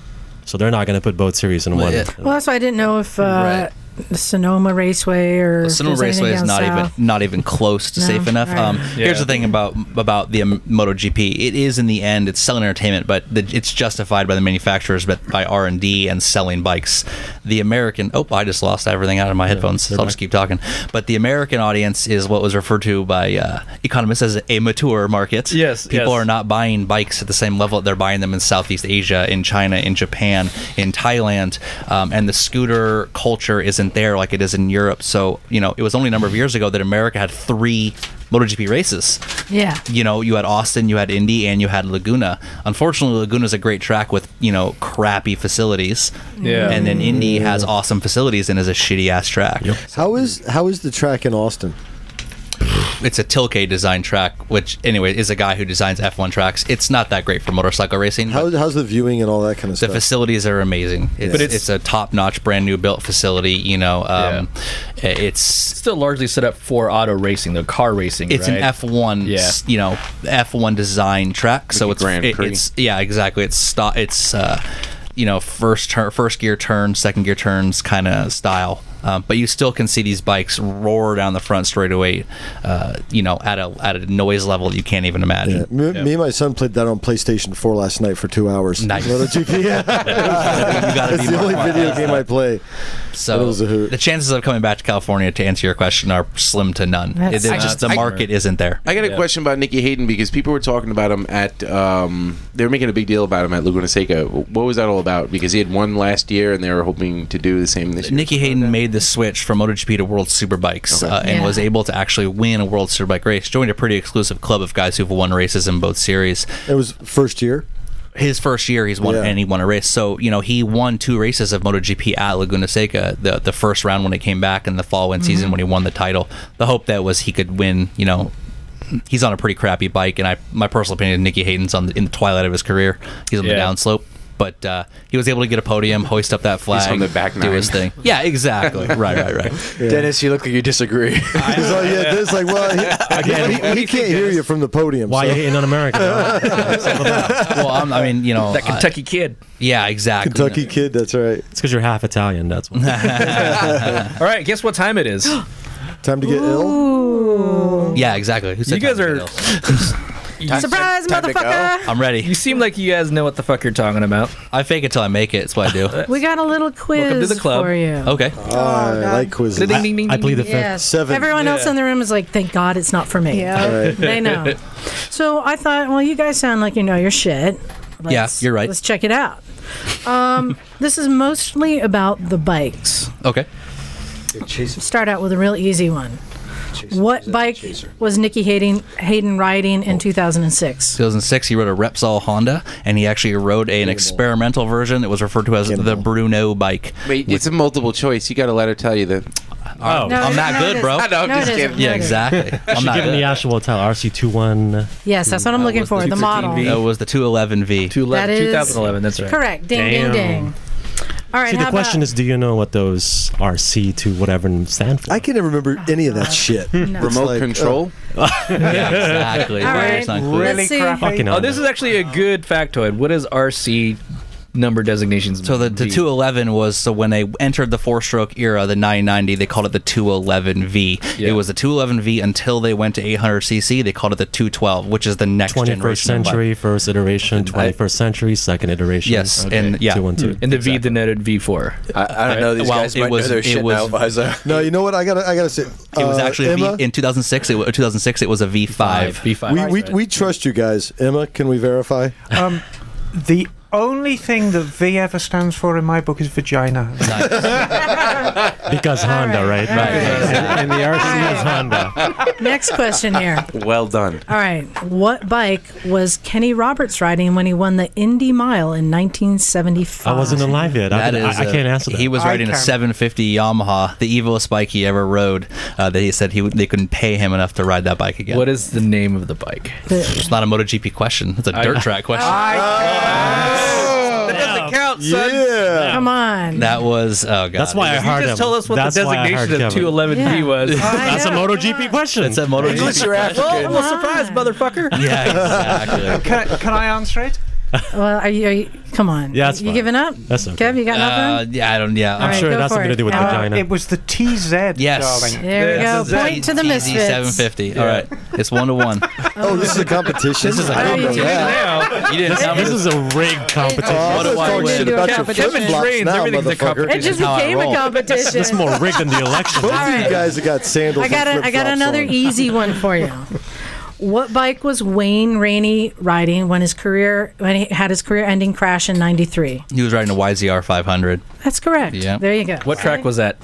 So they're not going to put both series in one.
Well, that's why I didn't know if uh, the Sonoma Raceway or if
Sonoma
there's anything
Raceway is
down
not
south.
even not even close to
No,
safe enough.
alright.
Um, Here's the
Yeah.
thing about about the um, MotoGP. It is in the end, it's selling entertainment, but the, it's justified by the manufacturers, but by R and D and selling bikes. The American oh, I just lost everything out of my headphones. So I'll just keep talking. But the American audience is what was referred to by uh, economists as a mature market. Yes, people
yes.
are not buying bikes at the same level that they're buying them in Southeast Asia, in China, in Japan, in Thailand, um, and the scooter culture isn't there like it is in Europe. So you know, it was only a number of years ago that America had three MotoGP races.
Yeah.
You know, you had Austin, you had Indy, and you had Laguna. Unfortunately, Laguna's a great track with you know crappy facilities.
Yeah.
and then Indy has awesome facilities and is a shitty ass track.
How is how is the track in Austin?
It's a Tilke design track, which anyway is a guy who designs F1 tracks. It's not that great for motorcycle racing.
How, how's the viewing and all that kind of
the
stuff?
facilities are amazing. It's,
But
it's,
it's-
a top notch, brand new built facility. You know, um, it's
still largely set up for auto racing, though car racing.
it's
right?
an F1,
Yeah.
you know, F1 design track. So
Like a
it's
Grand
it-
Prix.
it's yeah, exactly. It's sto- it's uh, you know, first turn, first gear turn, second gear turns kind of style. Um, but you still can see these bikes roar down the front straightaway, uh, you know, at a at a noise level you can't even imagine.
Me, me and my son played that on PlayStation 4 last night for two hours. [laughs]
Nice.
MotoGP.
gotta
It's
be
the
more
only
fun.
video game I play. But it
So
was a hoot.
the chances of coming back to California to answer your question are slim to none.
That's
It is
such a
just the
bummer.
market isn't there.
I got a question about Nikki Hayden because people were talking about him at. Um, they were making a big deal about him at Laguna Seca. What was that all about? Because he had won last year, and they were hoping to do the same this year.
Nikki Hayden made the switch
[laughs]
from MotoGP to World Superbikes uh, and
Yeah.
was able to actually win a World Superbike race. Joined a pretty exclusive club of guys who've won races in both series.
It was first year.
His first year, he's won
Yeah.
and he won a race. So you know he won two races of MotoGP at Laguna Seca. The the first round when it came back, and the following season
Mhm.
when he won the title. The hope that was he could win. You know. He's on a pretty crappy bike, and I, my personal opinion, Nikki Hayden's on the, in the twilight of his career. He's on
Yeah.
the downslope, but uh, he was able to get a podium, hoist up that flag,
on the back
do
nine.
his thing.
[laughs]
Yeah, exactly. right, right, right.
Dennis, you look like you
[laughs]
disagree.
It's like, yeah, it's like, well, he,
Again,
he-
what do
he
you
can't hear you from the podium. so.
Why are you hating on America?
[laughs] well, I'm, I mean, you know,
That Kentucky
kid.
Yeah, exactly.
Kentucky kid, that's right. [laughs]
[laughs]
[laughs] It's because you're half Italian. That's why.
All right, guess what time it is?
[laughs] Time to get ill.
Yeah, exactly. Who said
You guys are [laughs]
Surprise, motherfucker!
I'm ready. You
seem like you guys know what the fuck you're talking about.
I fake it till I make it. That's what I
[laughs]
do.
We got a little quiz
Welcome to the club.
for you.
Okay. I like
quizzes.
Ding, ding, ding, I plead the fifth.
Yes. Everyone else in the room is like, "Thank God it's not for me."
Yeah. All right.
they
[laughs]
know. So I thought, well, you guys sound like you know your shit.
yeah, you're right.
Let's check it out.
[laughs]
Um, this is mostly about the bikes.
Okay.
Start out with a real easy one. What bike was Nikki Hayden, Hayden riding
Oh.
in 2006?
2006, he rode a Repsol Honda, and he actually rode an experimental version that was referred to as the Bruno bike.
Wait, it's a multiple choice. You got to let her tell you that.
Oh,
No,
I'm
it-
not
no, it
good, bro.
isn't. I know, I'm No, it just isn't. kidding. No,
Yeah,
it isn't.
exactly.
[laughs]
I'm
Should
not
give him the
good.
actual title. RC21.
Yes, that's what I'm looking for. The model.
That was the 211V.
211 That is 2011, that's right. correct. Ding, ding, ding. All right.
See,
how
the question is, do you know what those RC to whatever stand for? I
can't remember
Oh,
any of that shit. uh,
Remote
[laughs]
control?
exactly.
All
Where's not
right.
clear?
Oh, this is actually a good factoid. What is RC number designations?
So the, the 211 was so when they entered the four-stroke era, the 990, they called it the 211V. It was the 211V until they went to 800cc. They called it the 212, which is the next
21st
generation of bike.
century, first iteration, 21st century, second iteration.
Yes, and yeah,
212.
[laughs]
and the V denoted V4.
I, I
don't know, these Well, guys it might know was- their it shit was- now,
[laughs]
Liza.
No, you know what? I gotta, I gotta say, uh,
It was actually a V
Uh,
Emma,
in 2006. It, wa- 2006, it was a V5.
V5.
we, we, we trust you guys. Emma, can we verify?
Um, the only thing that V ever stands for in my book is vagina.
because Honda, right? And the RC is Honda.
[laughs] Next question here.
Well done.
All right. What bike was Kenny Roberts riding when he won the Indy Mile in 1975?
I wasn't alive yet. I,
That is
I, I
a-
can't answer that.
He was riding a 750 Yamaha, the evilest bike he ever rode. Uh, that he said he would, they couldn't pay him enough to ride that bike again. What
is the name of the bike?
It's not a MotoGP question. It's a
I-
dirt track question.
[laughs] that doesn't count, son.
Yeah.
Come on.
That was oh god.
That's why I
You
heard
just
him.
told us what
That's
the
why I heard
designation of
Kevin.
211B
Yeah.
[laughs]
was.
That's a MotoGP question.
That's a MotoGP.
Well, I'm a surprise,
[laughs]
motherfucker.
[laughs] Yeah,
can, I- can I answer it?
Well, are you, are you? Come on.
Yeah, that's
you
fine.
giving up?
That's okay.
Kev, you got nothing?
Uh, yeah, I don't. Yeah,
I'm Alright, sure it go has for something to it. do with
Uh,
vagina.
It was the TZ.
Yes.
darling.
There we go. Point to the misfits.
750. All right, it's one
[laughs]
to one.
Oh, this is a competition.
This is a
I didn't know
competition.
that.
You didn't
This-
tell me
this is a rigged competition.
Oh,
What
this
do I
talk
win?
shit about your flip-flops now, motherfucker.
It just became a competition.
This is more rigged than the election.
Both of
Alright.
you guys have got sandals.
I got
and
a, I got
flip-flops
another
on.
easy one for you. What bike was Wayne Rainey riding when his career when he had his career ending crash in '93?
he was riding a YZR 500.
That's correct.
Yeah.
There you go.
What track was that?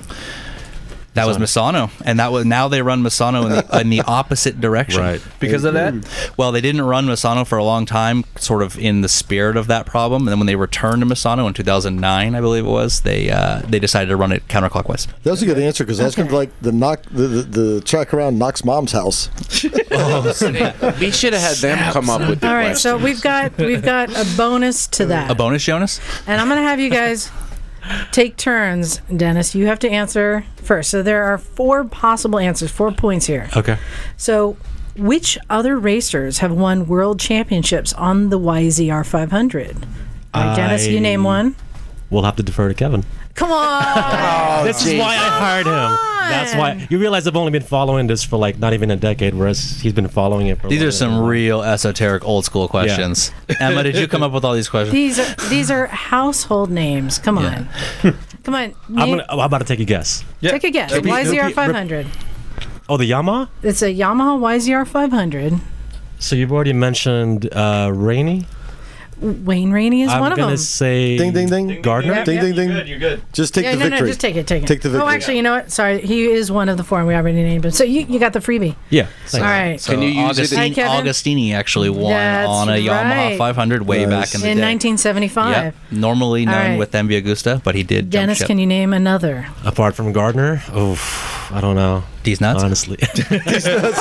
That was Misano, and that was now they run Misano in
[laughs]
the, in the opposite direction, right?
Because of that?
Well, they didn't run Misano for a long time, sort of in the spirit of that problem. And then when they returned to Misano in 2009, I believe it was, they uh, they decided to run it counterclockwise.
That was a good answer because I was going to be like the knock the, the, the track around Knock's mom's house. [laughs]
Oh,
[laughs]
we should have had them come up with the
All right, so we've got we've got a bonus to that,
A bonus, Jonas.
and I'm gonna have you guys take turns. Dennis, you have to answer first. So there are four possible answers, four points here.
Okay.
So, which other racers have won world championships on the YZR 500? All right, Dennis, you name
I-
one.
We'll have to defer to Kevin.
Come on.
this is why I hired him. That's why you realize I've only been following this for like not even a decade, whereas he's been following it for.
These are some real esoteric old school questions. Emma, did you come up with all these questions?
These are these are household names. Come on. Come on.
I'm,
name-
gonna, oh, I'm about to take a guess.
Take a guess.
Repeat-
YZR
repeat- rep-
500.
Oh, the Yamaha.
It's a Yamaha YZR 500.
So you've already mentioned uh, Rainey.
Wayne Rainey is
I'm
one of
gonna
them.
say
Ding, ding, ding.
Gardner.
Yep, Ding, yep. ding,
ding. You're
good. You're good.
Just take
yeah,
the
no,
victory.
no, just take it, take it.
Take the victory.
Oh, actually, you know what? Sorry, he is one of the four, and we already named him. So you, you got the freebie.
Yeah.
All right.
So Augustine,
Hi, Kevin.
Augustini actually won
That's
on a Yamaha
right.
500 way back in the
In
day.
1975.
Yep. Normally
All
known
right.
with Envy Augusta, but he did.
Dennis,
jump ship.
can you name another?
Apart from Gardner, oof, I don't know.
These nuts.
Honestly. [laughs]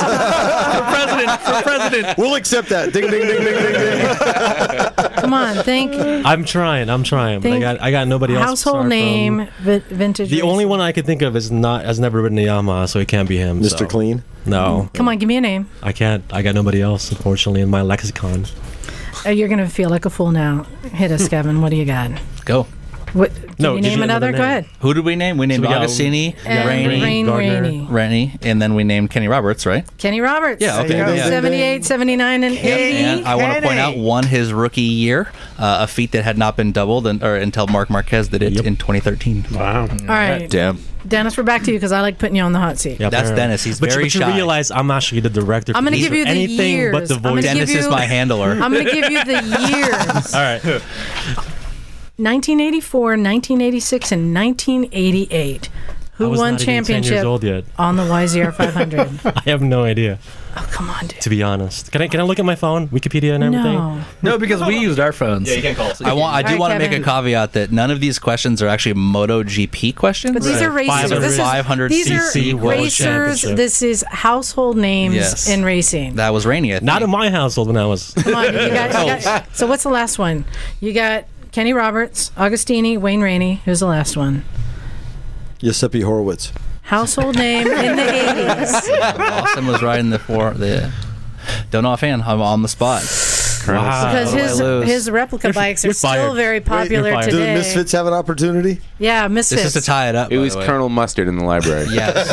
president, for president.
We'll accept that. Ding, ding, ding, ding, ding, ding.
Come on, think.
I'm trying. I'm trying. But I
Think
got. I got nobody else. aside
Household
from-
name, vi- vintage.
The only one I could think of is not has never ridden a Yamaha, so it can't be him. Mr.
Clean.
No,
Come on, give me a name.
I can't. I got nobody else, unfortunately, in my lexicon.
Uh, Oh, you're gonna feel like a fool now. Hit us, Kevin. What do you got?
Go.
What, did you name another? Go ahead.
Who did we name? We named
we got-
Augustini,
And
Rainey,
Rain Gardner. Rainey.
Rainey, and then we named Kenny Roberts, right?
Kenny Roberts.
Yeah, okay, There you go. yeah.
78, 79, and 80.
And I want to point out won his rookie year, uh, a feat that had not been doubled and, or until Mark Marquez did it in 2013.
Wow.
All right.
Damn.
Dennis, we're back to you because I like putting you on the hot seat.
Yeah,
That's
apparently.
Dennis. He's
but you-
very
but you,
shy.
realize I'm actually the director.
I'm
for
gonna
these,
give you the
anything
years.
but the
I'm gonna
voice.
give Dennis is you- [laughs] my
handler.
I'm going to give you the years.
[laughs] All right.
1984, 1986, and 1988.
I
Who
was
won
not even 10 years
championship
old yet.
on the YZR 500?
[laughs] I have no idea.
Oh come on, dude.
To be honest, can I can I look at my phone, Wikipedia, and everything?
No.
No, because we used our phones. Yeah, you can call.
I want. I do
Alright,
want to make a
Kevin.
caveat that none of these questions are actually MotoGP questions.
But these are racers. This is-
500
these
cc
are
world
racers.
championship.
This is household names
Yes.
in racing.
that was rainy. Not
in my household when
[laughs]
I was.
Come on, you got, you
Oh.
got- so what's the last one? You got Kenny Roberts, Augustini, Wayne Rainey. Who's the last one?
Giuseppe Horowitz.
Household name in the
[laughs]
80s.
Austin was riding the four. The don't know offhand. I'm on the spot.
Wow.
Because his his replica bikes are still very popular
Do
today.
the Misfits have an opportunity?
Yeah, Misfits.
tie it up.
It was Colonel Mustard in the
[laughs]
library.
yes.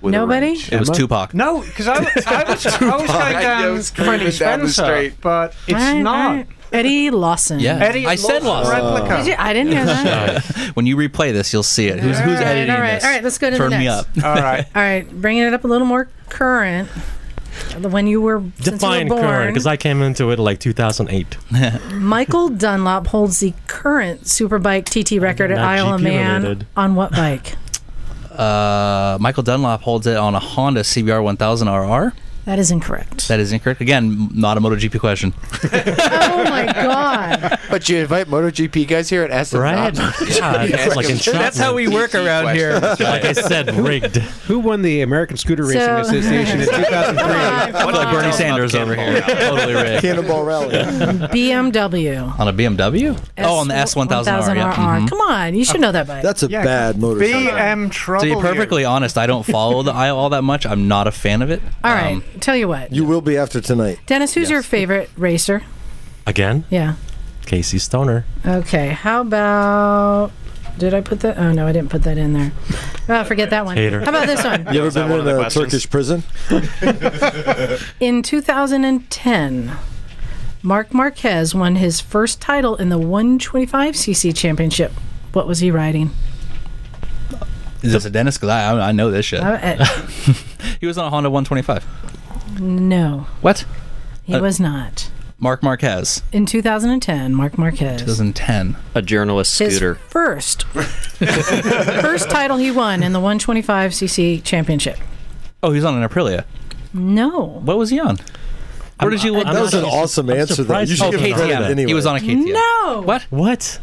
Nobody?
It was
Emma?
Tupac.
No, because I, I was,
[laughs]
I was
Tupac.
going
I
down
was screaming
Freddie
down the
Spencer,
street.
but it's
All right, all
[laughs]
not.
right. Eddie Lawson.
Yeah.
Eddie
I said
Lawson
Lawson.
replica.
Did you? I didn't hear that.
[laughs] when you replay this, you'll see it. Who's, who's
All right,
editing
all right,
this?
all right, let's go to the
Turn me
next.
up.
All right.
All right, bringing it up a little more current. The when you were since you were
Define
born.
current, because I came into it like
[laughs]
2008.
Michael Dunlop holds the current Superbike TT record at
Not
Isle of
GP
Man
related.
on what bike?
[laughs] Uh, Michael Dunlop holds it on a Honda CBR 1000 RR.
That is incorrect.
That is incorrect. Again, m- not a MotoGP question.
oh my god!
But you invite MotoGP guys here at SM.
[laughs]
Right? Yeah, that's like entrapment.
That's how we work around here.
Like I said, rigged.
Who won the American Scooter Racing
So-
Association in
[laughs]
2003?
[laughs] I feel like Bernie Sanders over here. totally rigged.
Cannonball
[laughs]
Rally.
BMW.
On a BMW? oh, on the S1000R. Yeah. Mhm.
Come on, you
Uh,
should know that bike.
That's a
Yeah,
bad motorcycle.
BM trouble.
To be
you.
perfectly honest, I don't follow the aisle all that much. I'm not a fan of it. Um,
All right, tell you what,
You will be after tonight.
Dennis. Who's your favorite racer?
Again,
Yeah.
Casey Stoner.
Okay. How about? Did I put that? Oh no, I didn't put that in there. Oh, forget that one.
Hater.
How about this
[laughs]
one?
You ever been
one of
in
the
a
questions?
Turkish prison?
In 2010, Mark Marquez won his first title in the 125cc championship. What was he riding?
Is this a dentist? Because I, I- I know this shit.
Uh, uh,
[laughs] He was on a Honda 125.
no,
What?
he
Uh,
was not.
Mark Marquez,
In 2010, Mark Marquez.
2010.
A journalist
His
scooter.
first, first title he won in the 125cc championship.
Oh, he was on an Aprilia.
No,
What was he on? Where did you look?
I'm
That was
not-
an awesome
I'm
answer. Though.
surprised
You
Oh,
should give him credit
KTM.
anyway.
He was on a KTM.
no.
What?
What?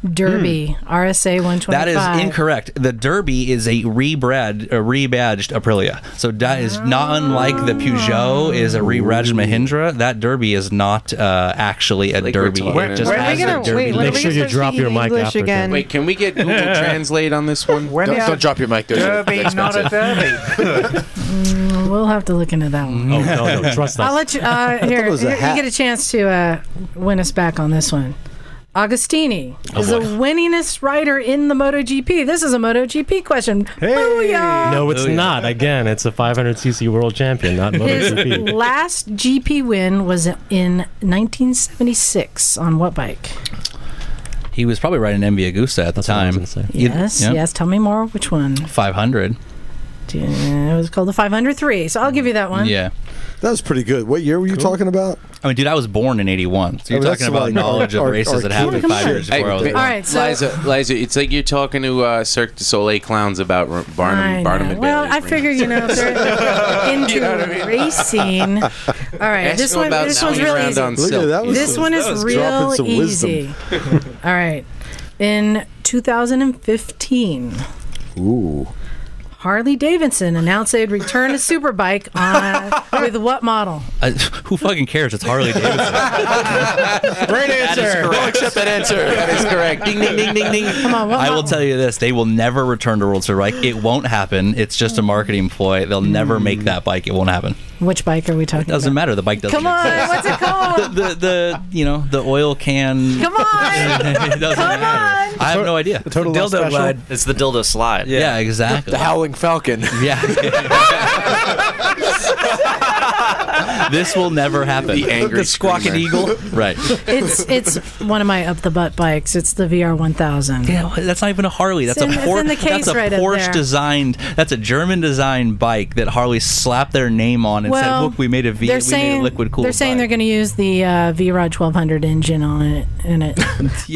Hmm.
Derby RSA 125.
That is incorrect. The Derby is a rebrad, a rebadged Aprilia. So that is not unlike the Peugeot is a rebadged Mahindra. That Derby is not uh, actually a
Like we're
Derby.
talking
It just
Where
are we
has a
gonna- wait, what
Derby
are
label.
Make
we
sure you
gonna start
drop your
speaking
mic
English
after
again.
Wait, can we get
[laughs]
Google Translate on this one?
When
Don't,
is
don't drop your mic. Those are
Derby, not
expensive.
a derby.
We'll have to look into that one.
Oh no, no, trust
I'll let
us.
you.
[laughs]
Uh, here,
it was a
you you
hat.
get a chance to uh, win us back on this one. Agostini
Oh,
is the winningest rider in the MotoGP. This is a MotoGP question. Booyah!
No, it's not. Again, it's a 500cc world champion, not
His [laughs]
MotoGP.
last GP win was in 1976 on what bike?
He was probably riding an MV Agusta at the
That's what I was
time.
gonna say.
You-
Yes,
yeah.
yes. Tell me more. Which one?
500.
It was called the 503. So I'll give you that one.
Yeah.
That was pretty good. What year were you talking about?
I mean, dude, I was born in 81. So
I
you're
mean, that's
talking about
like
knowledge
our-
of
our-
races
our
that happened
kid.
five years
Hey,
before I was
hey,
All right, so-
Liza, Liza, it's like you're talking to uh, Cirque du Soleil clowns about R-
I
Barnum, Barnum
know.
and
well,
Bailey's
I
remix.
figure you know if they're [laughs] into racing. All right,
Ask
this
them
one.
about
This
Sally
one's real
Rand
easy.
on
Look at
Silk.
that was
This
some-
one is
that was dropping
real
some wisdom.
easy. [laughs] All right. In 2015,
Ooh.
Harley Davidson announced they'd return to Superbike on, with what model?
I, [laughs] who fucking cares? It's Harley Davidson.
Great answer.
Don't accept that answer. That is correct. Ding, ding, ding, ding, ding.
Come on, what
I
model?
will tell you this: they will never return to World Superbike. It won't happen. It's just a marketing ploy. They'll never make that bike. It won't happen.
Which bike are we talking about?
Doesn't matter. The bike doesn't.
Come on, what's it called?
[laughs] The, the the you know the oil can.
Come on.
[laughs] it doesn't matter. I have no idea. The
total
dildo
slide. It's the dildo slide.
Yeah, exactly.
The Howling Falcon.
[laughs] Yeah. this will never happen.
The angry The squawking
eagle.
Right.
It's it's one of my up the butt bikes. It's the VR 1000.
Yeah, well, that's not even a Harley.
It's
That's
in-
a
it's
Por-
in the case
that's a
right up there.
Porsche designed. That's a German designed bike that Harley slapped their name on and
Well,
said, "Look, we made a V.
they're
we made
saying
a liquid cooled
they're saying they're going to use the uh, V-Rod 1200 engine on it. In
[laughs]
it,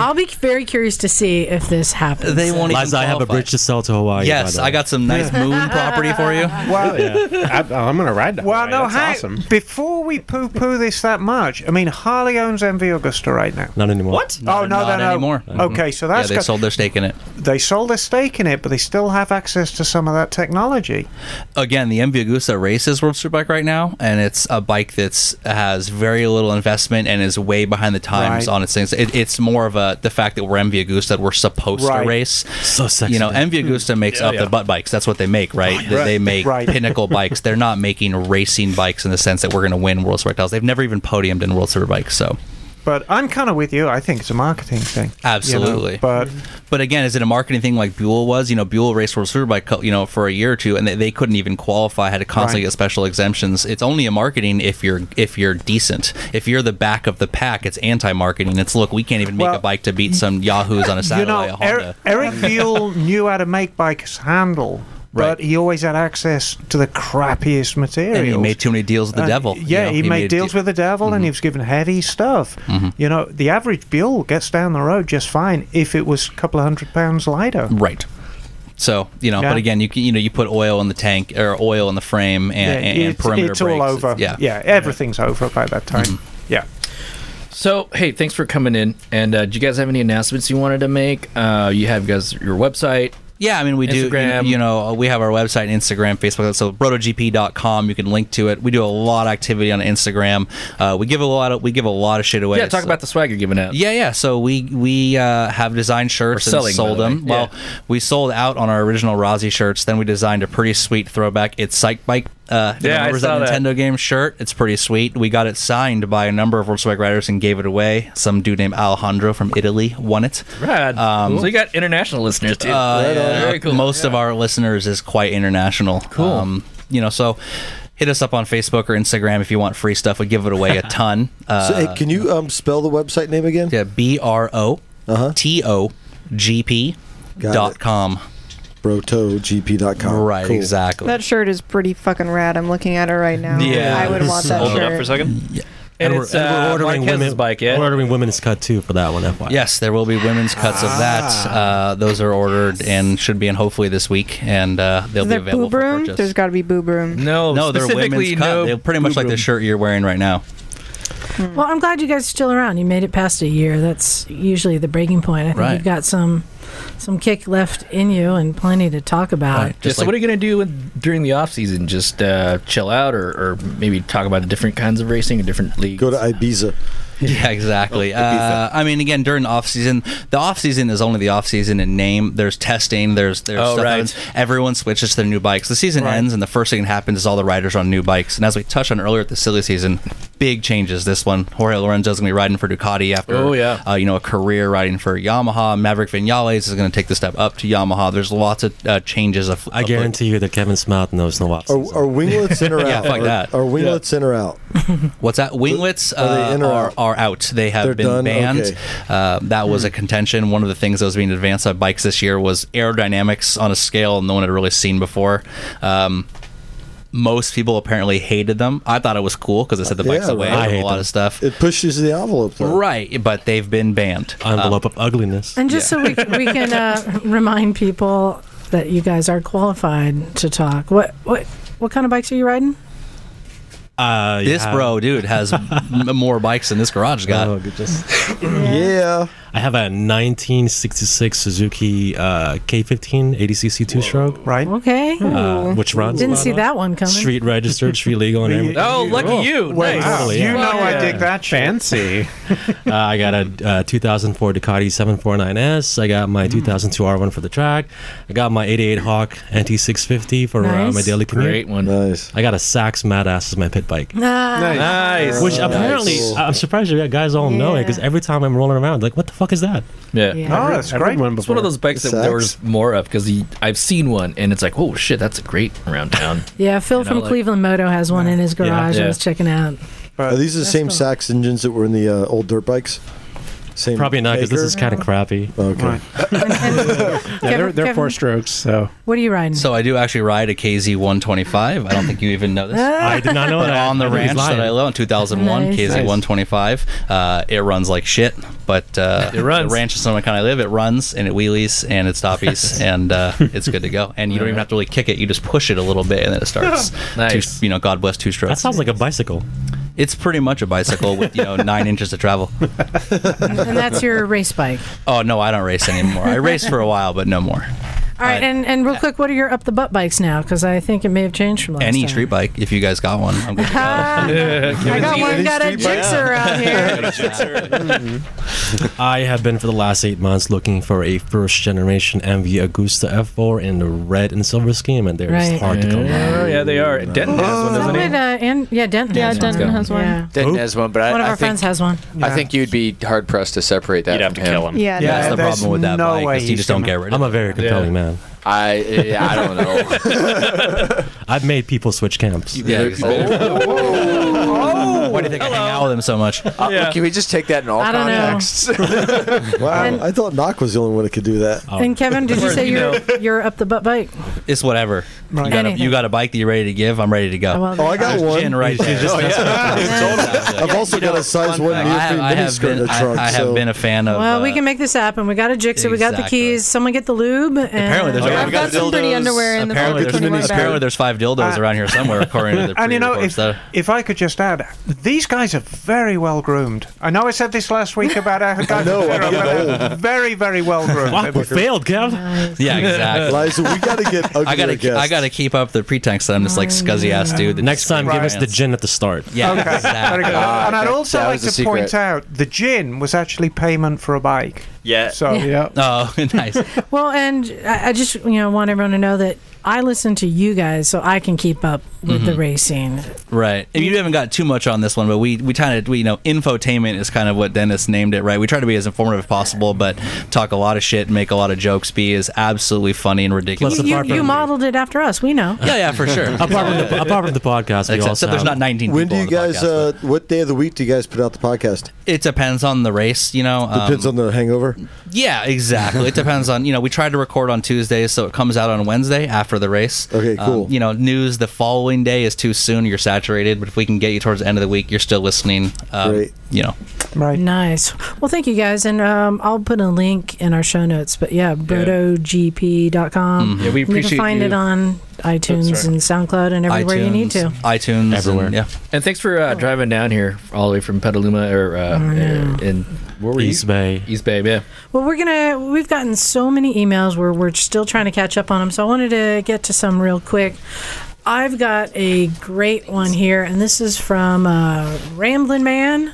I'll be very curious to see if this happens.
They won't
Liza, I have a bridge to sell to Hawaii.
Yes, I got
[laughs]
some nice moon property
[laughs]
for you.
Wow. I, oh, I'm going to ride that.
Well,
ride.
no,
That's
hey,
awesome.
before we poo poo this that much, I mean, Harley owns MV Augusta right now.
Not anymore.
What?
oh, no, no,
not
no.
anymore. Mm-hmm.
Okay, so that's
yeah, they
got-
sold their stake in it.
They sold their stake in it, but they still have access to some of that technology.
again, the MV Agusta races World Superbike right now, and it's a bike that's has very little investment and is way behind the times
Right.
on its things. It, it's more of a the fact that we're MV Agusta that we're supposed
Right. Hmm.
to race.
So sexy.
You know, MV Agusta makes
Yeah,
up
yeah.
the butt bikes. That's what they make, right? They- They make
Right. [laughs]
pinnacle bikes. They're not making racing bikes in the sense that we're going to win World Superbike titles. They've never even podiumed in World Superbike, so.
But I'm kind of with you. I think it's a marketing thing. you know,
Absolutely.
but
But again, is it a marketing thing like Buell was? You know, Buell raced World Superbike, co- you know, for a year or two, and they, they couldn't even qualify. Had to constantly
Right.
get special exemptions. It's only a marketing if you're if you're decent. If you're the back of the pack, it's anti-marketing. It's look, we can't even make
Well,
a bike to beat some yahoos on a
you
Saturday.
know,
a
er-
Honda.
Eric
[laughs]
Buell knew how to make bikes handle, but he always had access to the crappiest material.
and he made too many deals with the devil. you
Uh, Yeah,
know,
he, made,
a
deals
deal-
with the devil,
Mm-hmm.
and he was given heavy stuff. You know, the average Buell gets down the road just fine if it was a couple of hundred pounds lighter.
Right. So you know,
Yeah.
but again, you can, you know, you put oil in the tank or oil in the frame and,
Yeah,
and, and
it's,
perimeter
it's
brakes.
all over.
It's- yeah, Mm-hmm.
yeah, everything's over by that time. Yeah.
So hey, thanks for coming in. And uh, do you guys have any announcements you wanted to make? Uh, you have you guys your website.
Yeah, I mean, we do. You,
Instagram.
you know, we have our website, Instagram, Facebook. So rotogp.com. You can link to it. We do a lot of activity on Instagram. Uh, we give a lot of we give a lot of shit away.
yeah, talk
So-
about the swag you're giving out.
yeah, yeah. So we we uh, have designed shirts
Or
and
selling,
sold
by the
them.
way.
Well, we sold out on our original Rossi shirts. Then we designed a pretty sweet throwback. It's Psych Bike. Uh,
Yeah, I
remembers
saw that.
Nintendo game shirt. It's pretty sweet. We got it signed by a number of World Superbike riders and gave it away. Some dude named Alejandro from Italy won it.
Rad.
Um,
so you got international listeners too.
uh,
Right on.
yeah,
Very cool.
Most of our listeners is quite international. Cool. Um, you know, so hit us up on Facebook or Instagram if you want free stuff. We give it away a ton. Uh,
So, hey, can you um, spell the website name again? Uh-huh.
Yeah, B R O T O G P dot com.
Brotogp.com.
Right,
Cool.
exactly.
That shirt is pretty fucking rad. I'm looking at it right now. I would want that shirt.
second.
And, it's, uh, Mark Hess's bike, yeah.
We're ordering women's cut too for that one. FYI.
Yes, there will be women's cuts of that. Uh, those are ordered and should be in hopefully this week, and uh, they'll
Is
be
there
available
boob
for
room?
purchase.
There's got to be boob room.
no,
no, they're
specifically
women's cut.
no
they're pretty much like the
boob
shirt you're wearing right now.
Hmm.
Well, I'm glad you guys are still around. You made it past a year. That's usually the breaking point. I think
Right.
you've got some some kick left in you and plenty to talk about.
Uh, Yeah, so what are you gonna do in, during the off season? Just uh, chill out, or, or maybe talk about the different kinds of racing and different leagues. Go
to Ibiza.
[laughs]
[laughs]
Yeah, exactly. Uh, I mean, again, during off season, the off season is only the off season in name. There's testing. There's there's
Oh,
stuff
right.
happens. Everyone switches to their new bikes. The season ends, and the first thing that happens is all the riders are on new bikes. And as we touched on earlier at the silly season, big changes. This one, Jorge Lorenzo's gonna be riding for Ducati after
Oh, yeah.
uh, you know a career riding for Yamaha. Maverick Vinales is gonna take the step up to Yamaha. There's lots of uh, changes. Of,
I guarantee you that Kevin Smith knows no watch.
Are, are winglets in or out?
[laughs] Yeah, fuck
Are-
that.
Are, winglets in or out?
What's that? Winglets
Are they
uh,
in or
are,
out?
are out. They have
They're
been
done?
banned.
Okay. Hmm.
Uh, that was a contention. One of the things that was being advanced by bikes this year was aerodynamics on a scale no one had really seen before. Um, most people apparently hated them. I thought it was cool because it said the bikes
Yeah,
away.
right. I
I
hate
a lot
them.
of stuff.
It pushes the envelope. Though.
Right, but they've been banned. Uh,
Envelope of ugliness.
And just so we, we can uh, remind people that you guys are qualified to talk. What what what kind of bikes are you riding?
Uh,
[laughs] This
yeah.
bro, dude, has m- more bikes than this garage guy.
Oh, yeah. I have a 1966 Suzuki uh, K15 80cc two stroke.
Right.
Okay.
Uh, which runs.
Didn't
about
see that one coming.
Street registered, street legal, and
[laughs]
everything.
Oh, lucky you.
Wait,
Nice.
totally, yeah.
that
Fancy. [laughs] uh, I got a uh, 2004 Ducati 749S. I got my 2002 R1 for the track. I got my 88 Hawk NT650 for uh, my
Nice.
daily commute.
Great one.
Nice.
I got a Saks Madass as my pit
[laughs]
bike.
Ah.
Nice.
Which apparently, uh, I'm surprised you guys all know it because every time I'm rolling around, like, what the fuck is that?
Yeah.
Yeah. Oh, that's great.
It's one of those bikes that
Sucks.
there was more of because I've seen one and it's like, oh shit, that's great around town.
Yeah, Phil
You know,
from
like-
Cleveland Moto has one in his garage.
Yeah.
I was checking out.
Are these the same Sachs engines that were in the uh, old dirt bikes? Same
Probably not because this is kind of crappy.
Okay.
Yeah, they're,
Kevin-
they're four
Kevin-
strokes, so.
What are you riding?
So I do actually ride a KZ 125. I don't think you even know
[laughs]
this.
I did not know
But
that.
on the
I think he's
ranch
lying.
that I live in 2001,
Nice.
KZ
Nice.
125. Uh, it runs like shit, but uh,
It runs.
the ranch is on the kind I live. It runs and it wheelies and
[laughs]
it stoppies and uh, it's good to go. And you don't even have to really kick it. You just push it a little bit and then
[laughs]
it starts.
Nice.
Two, you know, God bless two strokes.
That sounds like a bicycle.
It's pretty much a bicycle
[laughs]
with you know nine inches of travel.
and that's your race bike.
Oh no, I don't race anymore. I raced for a while, but no more.
All right, and, and real quick, what are your up the butt bikes now? Because I think it may have changed from last
Any
time.
street bike, if you guys got one, I'm good to go.
Uh, I got one. Got a jixer out
[laughs]
here. [laughs]
I have been for the last eight months looking for a first generation MV Agusta F4 in the red and silver scheme, and they're
Right.
just hard to come by.
Oh yeah, they are. Denton has one,
Is that
doesn't
what,
he?
uh, and, yeah, Denton
Yeah,
has
Denton
one.
has one.
Yeah.
Denton has one, but I,
One of
I
our
think
friends has one.
I think you'd be hard pressed to separate that. You'd have to
kill him.
Yeah,
That's the
there's
problem with that
no way
bike. Is you
he's
just don't
gonna-
get rid of.
I'm a very compelling man.
I [laughs] yeah, I don't know.
[laughs]
[laughs]
I've made people switch camps.
Yeah. Why do you think I hang out with him so much?
Uh, Can we just take that in all
I don't know.
contexts?
[laughs] wow, I thought Knock was the only one that could do that.
Oh,
And Kevin, did you
Whereas,
say
you
you're you're up the butt bike?
It's whatever. You, got a, you got a bike that you're ready to give. I'm ready to go.
Oh, well,
Oh, I got
There's
one.
gin right there. Oh,
I've also got a size one
I have,
neoprene
I have
miniskirt in
been,
the
I-
trunk.
I have
so.
been a fan of.
Well,
uh,
we can make this happen. We got a jigsaw. We got the
Exactly.
keys. Someone get the lube. And
Apparently, there's
I've got some pretty underwear in the
apparently,
back of
there's,
21 bag.
apparently there's five dildos
Uh,
around here somewhere, according to the
And you know,
pre-reports,
if,
though.
if I could just add, these guys are very well groomed. I know I said this last week about our guys.
know, I'm
but
getting
they're very, very well groomed.
Fuck, we failed, Kev.
Yeah, exactly.
Liza, we got to get
[laughs] I
uglier
gotta,
guests.
I gotta keep up the pretense that I'm this like scuzzy ass dude. that
Next
just
time, give
screams
us the
ads.
gin at the start.
Yeah,
Okay, very
exactly.
good. and I'd
that-
also
that
like
was
to
the
point
secret.
out the gin was actually payment for a bike.
Yeah.
So
Yeah.
Oh, [laughs] nice.
[laughs] Well, and I I just you know want everyone to know that I listen to you guys so I can keep up with the racing.
Right. And you haven't got too much on this one, but we, we kind of, we, you know, infotainment is kind of what Dennis named it, right? We try to be as informative as possible, but talk a lot of shit, make a lot of jokes, be as absolutely funny and ridiculous.
Plus
You,
the
you,
part
you
from-
modeled it after us. We know.
[laughs] yeah, yeah, for sure.
[laughs] Apart from the, apart from the podcast, we
Except,
also
except there's not
have-
19
when do
people
you
on the
guys?
podcast,
Uh, what day of the week do you guys put out the podcast?
but It depends on the race, you know. um,
Depends on the hangover.
Yeah, exactly. it depends on you know. We tried to record on Tuesdays, so it comes out on Wednesday after the race. Um,
Okay, cool.
you know, news the following day is too soon. You're saturated, but if we can get you towards the end of the week, you're still listening. Um,
Great.
You know,
right.
[laughs] Nice. Well, thank you guys, and um, I'll put a link in our show notes. But yeah, brodogp.com.
Yeah, we
And You
appreciate
can find
you.
it on iTunes and SoundCloud and everywhere
iTunes,
you need to.
iTunes, everywhere. yeah,
And thanks for uh, driving down here all the way from Petaluma or uh, uh, in where were
East Bay.
you? East Bay, yeah.
Well, we're gonna. We've gotten so many emails where we're still trying to catch up on them. So I wanted to get to some real quick. I've got a great one here, and this is from uh, Ramblin' Man. Uh,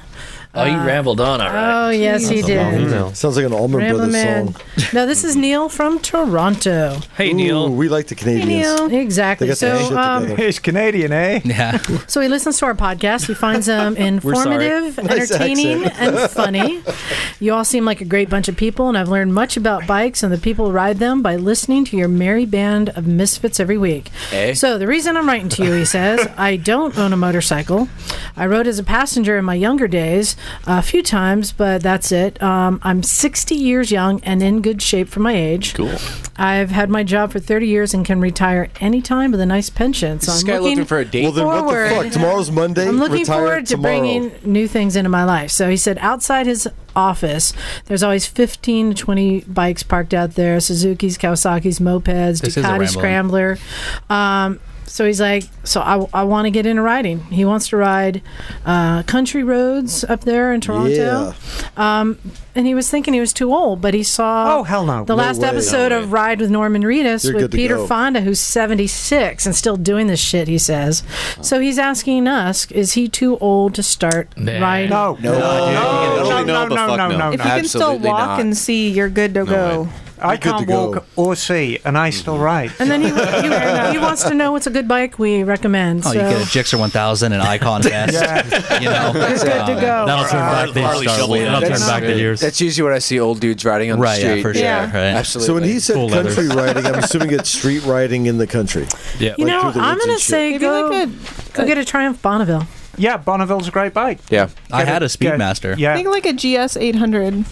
Oh, you rambled on, all right.
Oh yes, he did.
Sounds like an Allman
Ramblin'
Brothers
Man.
song.
No, this is Neil from Toronto.
hey,
Ooh,
Neil.
we like the Canadians. They
Exactly.
got their
So,
shit
um,
together.
He's Canadian, eh?
yeah.
so he listens to our podcast. He finds them informative,
Nice
entertaining, and funny. You all seem like a great bunch of people, and I've learned much about bikes and the people who ride them by listening to your merry band of misfits every week.
Eh?
So the reason I'm writing to you, he says, I don't own a motorcycle. I rode as a passenger in my younger days a few times, but that's it. Um, I'm 60 years young and in good shape for my age. Cool. I've had my job for 30 years and can retire anytime with a nice pension. So
Is this
I'm
guy looking,
looking
for a date?
Well, then
forward.
what the fuck? Tomorrow's Monday.
I'm looking
Retire
forward to
tomorrow.
bringing new things into my life. So he said, outside his office, there's always 15 to 20 bikes parked out there Suzuki's, Kawasaki's, mopeds,
This is a
Ducati
rambling.
Scrambler. Um, So he's like, so I, I want to get into riding. He wants to ride uh, country roads up there in Toronto. Um, and he was thinking he was too old, but he saw
Oh, hell no.
the
No
last
way.
episode
No way.
of Ride with Norman Reedus
You're
with
good to
Peter
go.
Fonda, who's 76 and still doing this shit, he says. So he's asking us, is he too old to start riding?
No. No, No, dude. no, no, no, no, no, no, no.
If you can still
Absolutely
walk
not.
and see, you're good to go.
I can't walk or see, and I still
Mm-hmm.
ride.
And then he, he, he wants to know what's a good bike we recommend. so.
Oh, you get a Gixxer 1000 and
[laughs]
Icon S.
[laughs]
You know,
You're good to go.
That'll turn back the
Harley
Star
shovel,
Wars.
yeah.
That'll turn
That's-
back the years.
That's usually what I see old dudes riding on
Right,
the
yeah,
street.
for sure, Yeah. right.
Absolutely.
So when he said
Full leather.
country [laughs] riding, I'm assuming it's street riding in the country.
Yeah.
You know, I'm
going
gonna
to
say go, go get a Triumph Bonneville.
Yeah, Bonneville's a great bike.
Yeah.
I had a Speedmaster.
I think like a GS 800.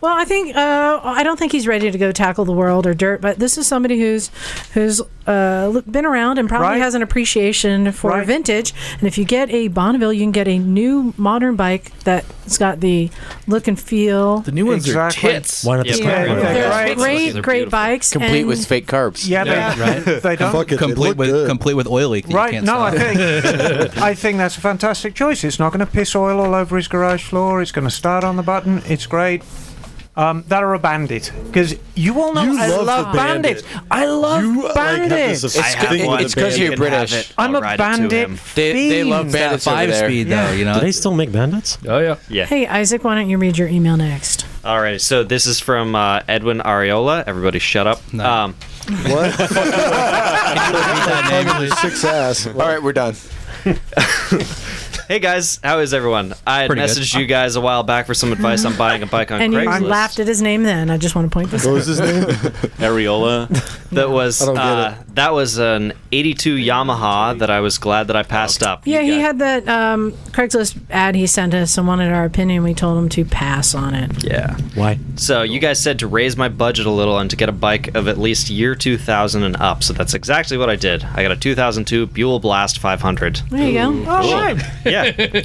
Well, I think uh, I don't think he's ready to go tackle the world or dirt, but this is somebody who's who's uh, look- been around and probably
Right.
has an appreciation for
Right.
vintage. And if you get a Bonneville, you can get a new modern bike that's got the look and feel. The
new
ones are Exactly. tits. One at the Yeah. back. Yeah.
They're
Right.
great,
They're
great
beautiful.
bikes.
Complete
and-
with fake carbs.
Yeah, they- Yeah. they don't. Fuck it, they
complete
look
with complete with oil leak. That
Right?
You can't
No,
stop.
I think I think that's a fantastic choice. It's not going to piss oil all over his garage floor. It's going to start on the button. It's great. Um, that or a bandit because you all know
You
I
love
love,
the
bandits. I love bandits.
It's because you're British.
I'm a bandit.
They, they love
fiend.
bandits over there.
Do they still make bandits?
Oh yeah.
Yeah.
Hey, Isaac, why don't you read your email next?
All right. So this is from uh, Edwin Ariola. Everybody, shut up. Um,
What?
[laughs]
Six ass. All
right, we're done.
hey guys, how is everyone? I had
Pretty good.
messaged you guys a while back for some advice on buying a
[laughs]
bike on
and you
Craigslist.
laughed at his name then. I just want to point this out.
[laughs] Areola. That was
I don't get
uh, that was an '82 Yamaha that I was glad that I passed up.
Yeah, he had that um, Craigslist ad he sent us and wanted our opinion. We told him to pass on it.
Yeah.
Why?
So you guys said to raise my budget a little and to get a bike of at least year 2000 and up. So that's exactly what I did. I got a 2002 Buell Blast 500.
There you go. All right.
[laughs]
yeah.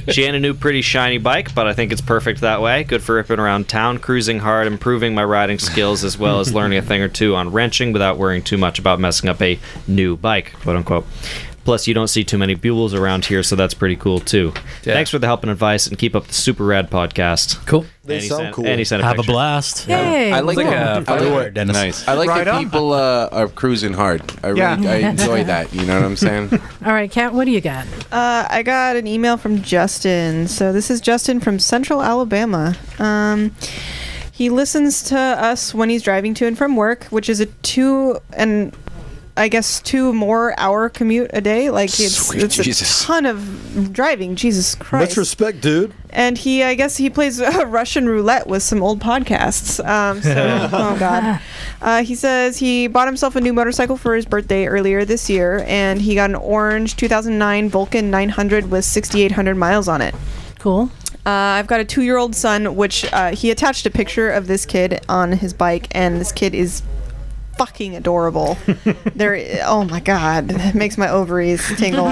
[laughs]
She had a new pretty shiny bike, but I think it's perfect that way. Good for ripping around town, cruising hard, improving my riding skills, as well
[laughs]
as learning a thing or two on wrenching without worrying too much about messing up a new bike, quote unquote. Plus, you don't see too many Buells around here, so that's pretty cool too. Thanks for the help and advice, and keep up the super rad podcast. Cool.
They sound cool.
And he sent a
Have a
picture.
blast.
Yay.
I like
It's like
that.
a
I
firework,
like,
Dennis.
Nice. I like
Right
that
on.
people uh, are cruising hard. I really
Yeah.
I enjoy that. You know what I'm saying?
[laughs]
All right, Kat, what do you got?
Uh, I got an email from Justin. So this is Justin from Central Alabama. Um, he listens to us when he's driving to and from work, which is a two and I guess two more hour commute a day. Like it's,
Sweet
it's
Jesus.
a ton of driving. Jesus Christ.
Much respect, dude.
and he, I guess, he plays [laughs] uh, Russian roulette with some old podcasts. Um, so, oh god. Uh, he says he bought himself a new motorcycle for his birthday earlier this year, and he got an orange 2009 Vulcan 900 with 6,800 miles on it.
Cool.
Uh, I've got a two-year-old son, which uh, he attached a picture of this kid on his bike, and this kid is fucking adorable. there, oh my god, it makes my ovaries tingle.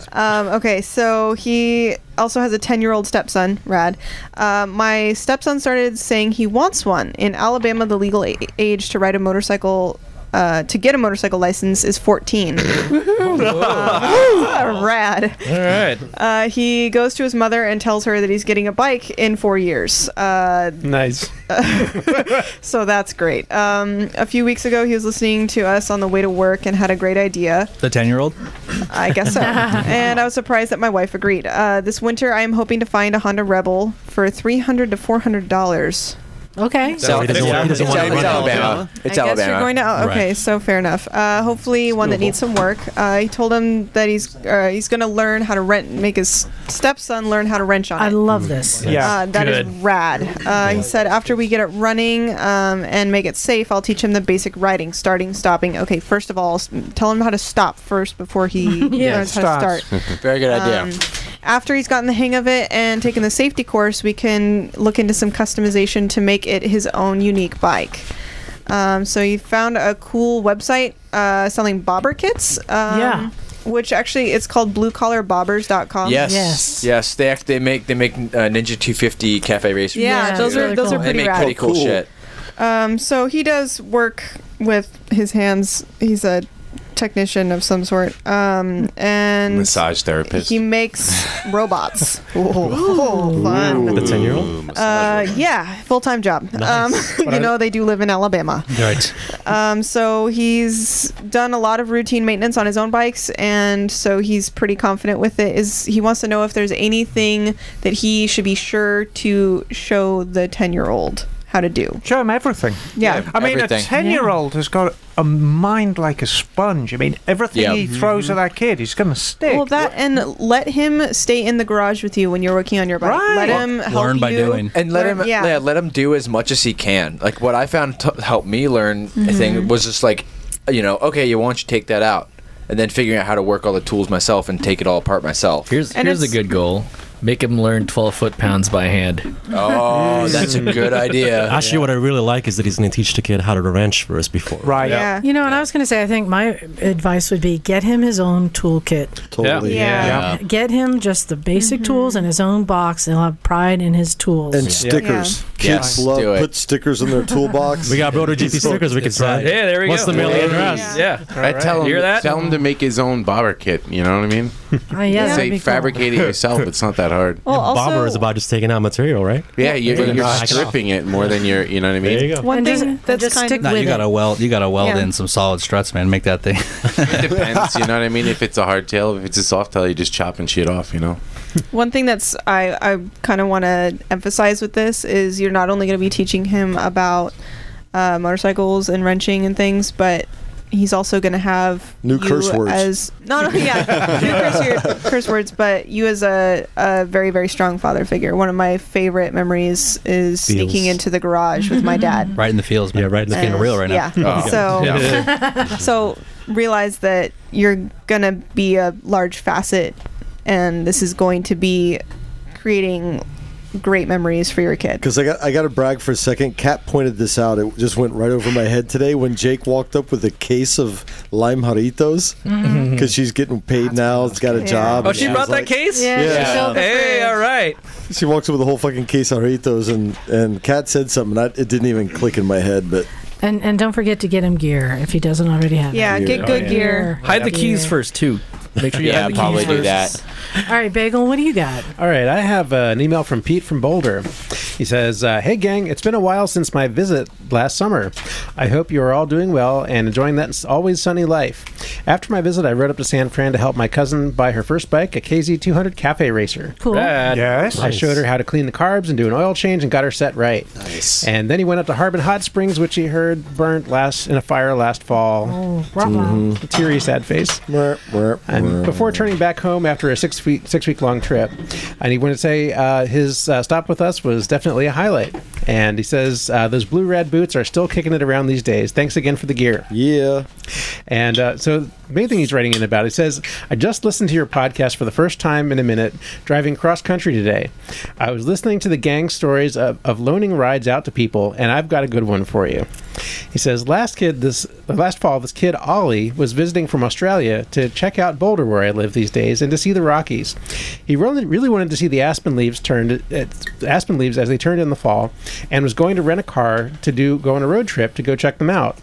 [laughs] um, okay, so he also has a ten-year-old stepson. Rad. Uh, my stepson started saying he wants one. In Alabama, the legal a- age to ride a motorcycle. Uh, to get a motorcycle license is 14. Uh, [laughs] rad.
All right.
Uh, he goes to his mother and tells her that he's getting a bike in four years. Uh,
Nice.
[laughs] so that's great. Um, a few weeks ago, he was listening to us on the way to work and had a great idea.
[laughs] The 10 year old?
I guess so.
[laughs]
and I was surprised that my wife agreed. Uh, this winter, I am hoping to find a Honda Rebel for three hundred to four hundred dollars.
Okay.
So he doesn't want- he doesn't
It's
want to run
Alabama.
Alabama. It's
I guess
Alabama.
you're going to. Al- Okay,
Right.
so fair enough. Uh, hopefully, one that needs some work. Uh, he told him that he's uh, he's going to learn how to rent, make his stepson learn how to wrench on it.
I love this.
Uh, that is rad. Uh, he said, after we get it running um, and make it safe, I'll teach him the basic riding, starting, stopping. Okay, first of all, s- tell him how to stop first before
[laughs]
he learns how to start.
[laughs] Very good idea.
Um, after he's gotten the hang of it and taken the safety course, we can look into some customization to make it his own unique bike. Um, so you found a cool website uh, selling bobber kits. Um,
Yeah.
Which actually, it's called bluecollarbobbers.com.
yes. yes. They act, they make they make uh, Ninja 250 cafe racers.
Yeah,
too.
those are- Really those cool. are pretty
They make
rad.
pretty cool,
Cool.
shit.
Um, so he does work with his hands. He's a technician of some sort, um, and
Massage therapist.
He makes robots. Ooh, fun.
The 10-year-old?
Uh, yeah, full time job.
Nice.
Um, [laughs] you know, they do live in Alabama.
Right.
Um, so he's done a lot of routine maintenance on his own bikes, and so he's pretty confident with it. Is he wants to know if there's anything that he should be sure to show the ten year old how to do.
Show him everything.
Yeah.
I mean, a 10 year old has got a mind like a sponge. I mean, everything
Yeah.
he
Mm-hmm.
throws at that kid is going to
[laughs]
stick.
Well, that and let him stay in the garage with you when you're working on your bike. Let him help you.
and let
Learn-
him
Yeah.
yeah. let him do as much as he can like what i found t- helped me learn i
Mhm.
think was just like you know okay you why don't you take that out and then figuring out how to work all the tools myself and take it all apart myself
here's
And
here's a
it's-
good goal. Make him learn 12 foot pounds by hand.
[laughs]
Oh, that's a good idea.
Actually, what I really like is that he's going to teach the kid how to wrench first before.
Right.
You know, and I was going to say, I think my advice would be get him his own toolkit.
Totally.
Yeah. Yeah.
Get him just the basic tools and his own box. He'll have pride in his tools.
And stickers. Kids
Yeah.
love
Do it.
put stickers in their toolbox.
We got GP stickers we could sell.
Yeah, there we
What's
go.
the mailing address?
Yeah.
I tell him,
Hear that?
tell him to make his own bobber kit. You know what I mean?
Oh, yeah, that'd
Say
be cool.
fabricate it yourself. It's not that hard.
Well, also-
Bobber is about just taking out material, right?
Yeah, you're,
With a
you're
knife.
stripping it more than you're. You know what I mean?
There you go.
One
And
thing
just-
that's
just
kind
stick
of
No, you gotta weld. You gotta weld
Yeah.
in some solid struts, man. Make that thing.
It depends. you know what I mean? If it's a hard tail, if it's a soft tail, you're just chopping shit off. You know.
One thing that's I, I kind of want to emphasize with this is you're not only going to be teaching him about uh, motorcycles and wrenching and things, but he's also going to have
New
you
curse words.
As no, no,
[laughs]
yeah, new
[laughs]
curse, word- curse words. But you as a, a very very strong father figure. One of my favorite memories is sneaking
Feels.
into the garage with my
[laughs]
dad. [laughs]
Right in the fields, man. Yeah, right in
the
Getting
fields.
real right now.
Yeah. Oh. So-
[laughs]
so realize that you're gonna be a large facet and this is going to be creating great memories for your kid
Because I got I got to brag for a second. Kat pointed this out. It just went right over my head today when Jake walked up with a case of lime jaritos
Mhm.
because she's getting paid now. It's got a job.
Oh,
and
she
was
brought that
like-
case?
Yeah, she Yeah. filled the
Hey, all right.
She walks up with a whole fucking case of jaritos, and and Kat said something. and I, it didn't even click in my head, but
And and don't forget to get him gear if he doesn't already have.
Yeah,
it.
Gear. get good gear.
Oh, Hide the keys first too. Make sure you
Yeah,
hide the
probably
keys
do
first.
that.
All right, Bagel, what do you got?
All right, I have uh, an email from Pete from Boulder. He says, uh, Hey, gang, it's been a while since my visit last summer. I hope you are all doing well and enjoying that s- always sunny life. After my visit, I rode up to San Fran to help my cousin buy her first bike, a KZ200 Cafe Racer.
Cool.
Rad.
Yes.
I showed her how to clean the carbs and do an oil change and got her set right. Nice. And then he went up to Harbin Hot Springs, which he heard burnt last in a fire last fall. Mm-hmm.
Oh, rah-rah.
Teary, sad face. And before turning back home after a six week six week long trip, I need to say uh, his uh, stop with us was definitely a highlight. And he says uh, those blue red boots are still kicking it around these days. Thanks again for the gear.
Yeah.
And uh, so the main thing he's writing in about, he says, I just listened to your podcast for the first time in a minute driving cross country today. I was listening to the gang stories of, of loaning rides out to people, and I've got a good one for you. He says, last kid, this uh, last fall, this kid Ollie was visiting from Australia to check out Boulder, where I live these days, and to see the Rockies. He really, really wanted to see the aspen leaves turned at, aspen leaves as they turned in the fall, and was going to rent a car to do go on a road trip to go check them out.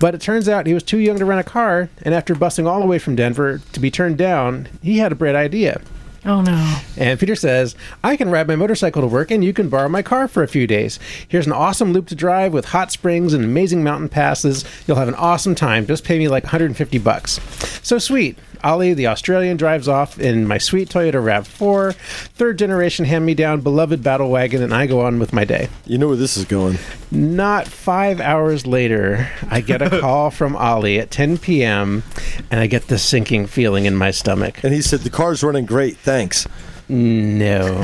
But it turns out he was too young to rent a car, and after busing all the way from Denver to be turned down, he had a bright idea.
Oh no.
And Peter says, I can ride my motorcycle to work and you can borrow my car for a few days. Here's an awesome loop to drive with hot springs and amazing mountain passes. You'll have an awesome time. Just pay me like 150 bucks. So sweet. Ollie, the Australian, drives off in my sweet Toyota RAV4, third generation hand me down, beloved battle wagon, and I go on with my day.
you know where this is going.
Not five hours later, I
[laughs]
get a call from Ollie at 10 p.m., and I get the sinking feeling in my stomach.
And he said the car's running great. Thanks. [laughs]
No.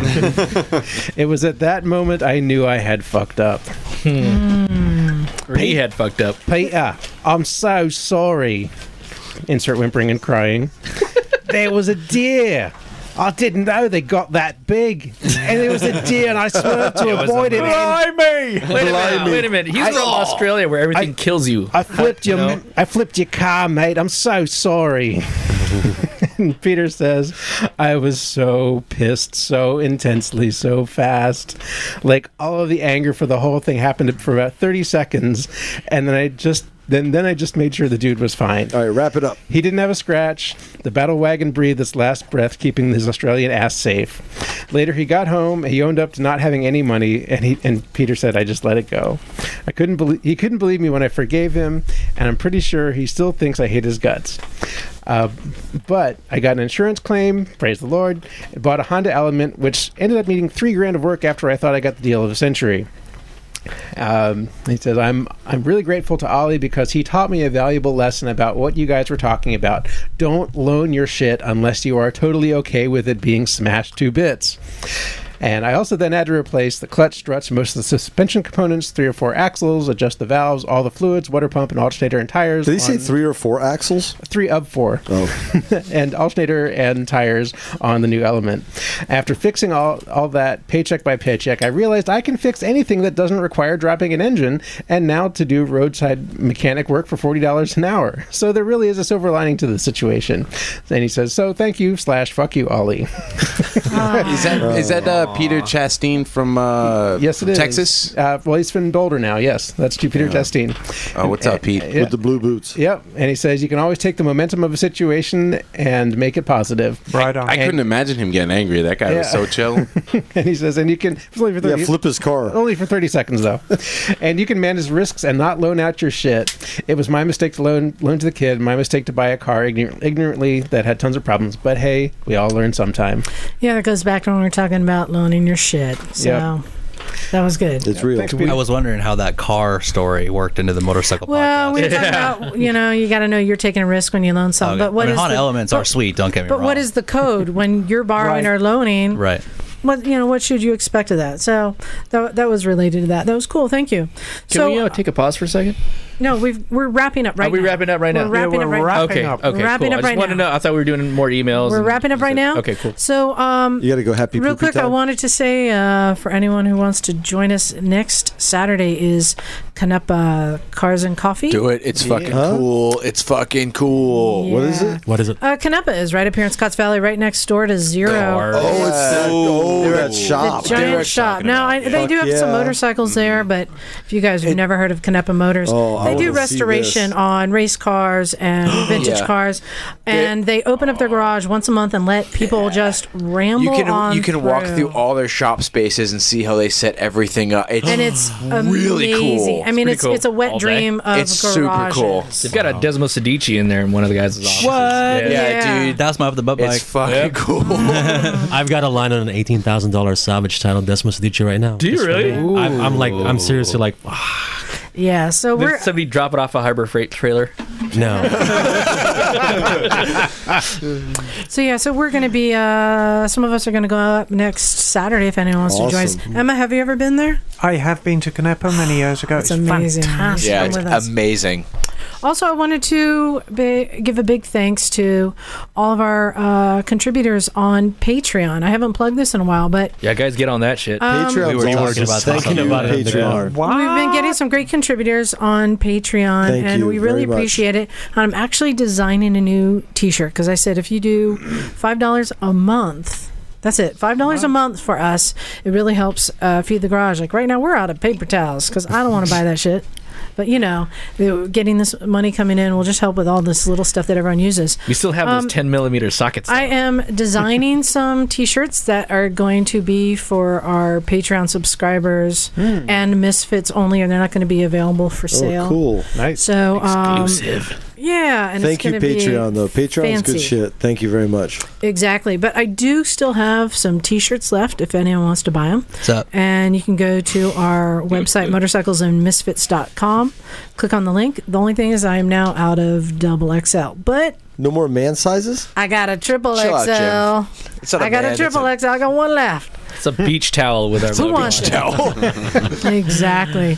it was at that moment I knew I had fucked up. Hmm.
Or he had fucked up.
Peter, uh, I'm so sorry. Insert whimpering and crying. there was a deer. I didn't know they got that big. And there was a deer, and I
[laughs]
swerved
It
to
was
avoid it.
amazing.
Blimey!
Wait a minute. Wait a minute. He's
I-
from Australia where everything kills you. [laughs]
I flipped your I flipped your car, mate. I'm so sorry. [laughs] and Peter says, I was so pissed, so intensely, so fast. Like all of the anger for the whole thing happened for about 30 seconds, and then I just Then then I just made sure the dude was fine. All
right, wrap it up.
He didn't have a scratch. The battle wagon breathed its last breath, keeping his Australian ass safe. Later, he got home. He owned up to not having any money, and he and Peter said, "I just let it go." I couldn't believe he couldn't believe me when I forgave him, and I'm pretty sure he still thinks I hate his guts. Uh, but I got an insurance claim, praise the Lord, and bought a Honda Element, which ended up needing three grand of work after I thought I got the deal of a century. Um, he says, "I'm I'm really grateful to Ollie because he taught me a valuable lesson about what you guys were talking about. Don't loan your shit unless you are totally okay with it being smashed to bits." And I also then had to replace the clutch struts, most of the suspension components, three or four axles, adjust the valves, all the fluids, water pump, and alternator and tires.
Did he say
on-
three or four axles?
Three of four.
Oh.
[laughs] and alternator and tires on the new element. After fixing all, all that paycheck by paycheck, I realized I can fix anything that doesn't require dropping an engine and now to do roadside mechanic work for $40 an hour. [laughs] So there really is a silver lining to the situation. And he says, So thank you, slash, fuck you, Ollie.
[laughs]
[laughs]
Is that is that uh, Peter Chastain from uh,
Yes, it is.
Texas?
Uh, well, he's from Boulder now. Yes, that's Stu Peter Uh,
Yeah.
Justine.
Oh, what's up, Pete? With the
blue boots.
Yep. And he says you can always take the momentum of a situation and make it positive.
Right on. I, couldn't imagine him getting angry. That guy was
Yeah.
so chill.
[laughs] and he says, and you can it's only for
Yeah,
30,
flip
his car.
Only for thirty seconds though, [laughs] and you can manage risks and not loan out your shit. It was my mistake to loan loan to the kid. My mistake to buy a car ignorant, ignorantly that had tons of problems. But hey, we all learn sometime.
Yeah, that goes back to when we were talking about loaning your shit. So
Yeah.
that was good.
I was wondering how that car story worked into the motorcycle.
Well, we were talking
Yeah. [laughs]
about you know you got to know you're taking a risk when you loan
podcast.
something. But what
I
is
mean, Honda
the,
elements are sweet. Don't get me
But
wrong.
what is the code
[laughs]
when you're borrowing or loaning?
right?
What you know? What should you expect of that? So that, that was related to that. That was cool. Thank you.
Can
so
we uh, take a pause for a second?
no, we've we're wrapping up right.
Are we
now.
wrapping up right now?
We're wrapping up right now.
okay, Okay,
We're wrapping
cool.
up
I just
right
wanted
now.
to know. I thought we were doing more emails.
We're
and-
wrapping up right now.
Okay, cool.
So um,
You got to go happy
Real
poopy
quick, I
time.
wanted to say uh, for anyone who wants to join us next Saturday is Canepa Cars and Coffee.
[laughs] Do it. It's fucking cool. It's fucking cool.
What is Yeah.
it? What
is it?
Uh, Canepa is right up here in Scotts Valley, right next door to Zero.
Oh, it's that, oh, that shop.
The giant shop. Now I, they
Fuck
do have some
yeah.
Mm-hmm.
motorcycles there, but if you guys have never heard of Canepa Motors,
Oh, I
they do
wanna see
restoration
this.
on race cars
[gasps]
and vintage
Yeah.
cars, and they open up their garage once a month and let people just ramble
You can
on.
you can walk through all their shop spaces and see how they set everything up. It's
and it's
really
amazing.
cool.
I mean,
Pretty
it's
cool.
it's a wet
All day.
dream of
It's
garage.
super cool.
They've got a Desmo Sedici in there, and one of the guys is off.
What? Yeah.
dude.
That's my up the butt bike.
It's [gasps] fucking cool.
[laughs] I've got a line on an eighteen thousand dollars salvage title Desmos Dici right now.
Do you
Just for
really?
me. I'm, I'm like, I'm
Ooh.
seriously like,
Yeah. So
Did
we're
somebody drop it off a Harbor Freight trailer?
No.
so yeah. So we're gonna be. Uh, some of us are gonna go up next Saturday if anyone wants to join us.
Awesome.
Emma, have you ever been there?
I have been to Canepa many years ago.
It's amazing.
fantastic.
yeah,
Come
it's
with us.
amazing.
Also, I wanted to bi- give a big thanks to all of our uh, contributors on Patreon. I haven't plugged this in a while, but
Yeah, guys, get on that shit.
Um,
we were,
Patreon's
we were
awesome.
just
Thank
talking
you,
about it. in the
Patreon.
car.
We've been getting some great contributors on Patreon,
Thank
and
you
we really
very much.
appreciate it. I'm actually designing a new T-shirt because I said if you do five dollars a month. That's it. Five dollars a month for us. It really helps uh, feed the garage. Like right now, we're out of paper towels because I don't want to buy that shit. But you know, the- getting this money coming in will just help with all this little stuff that everyone uses.
We still have
Um,
those ten millimeter sockets.
I am designing some T-shirts that are going to be for our Patreon subscribers and Misfits only, and they're not going to be available for sale.
Oh, cool.
Nice.
So um, Yeah, and
Thank
it's
you,
gonna be
Patreon, though. Patreon's
fancy.
good shit. Thank you very much.
Exactly, but I do still have some T-shirts left if anyone wants to buy them.
What's up?
And you can go to our website, motorcyclesandmisfits.com. Click on the link. The only thing is, I am now out of double XL, but
No more man sizes?
I got a triple
Chill out,
XL. I
It's not a
got
man,
a
it's a-
triple XL. I got one left.
It's a
[laughs]
beach towel with our
Who
logo
wants
on it.
[laughs]
exactly.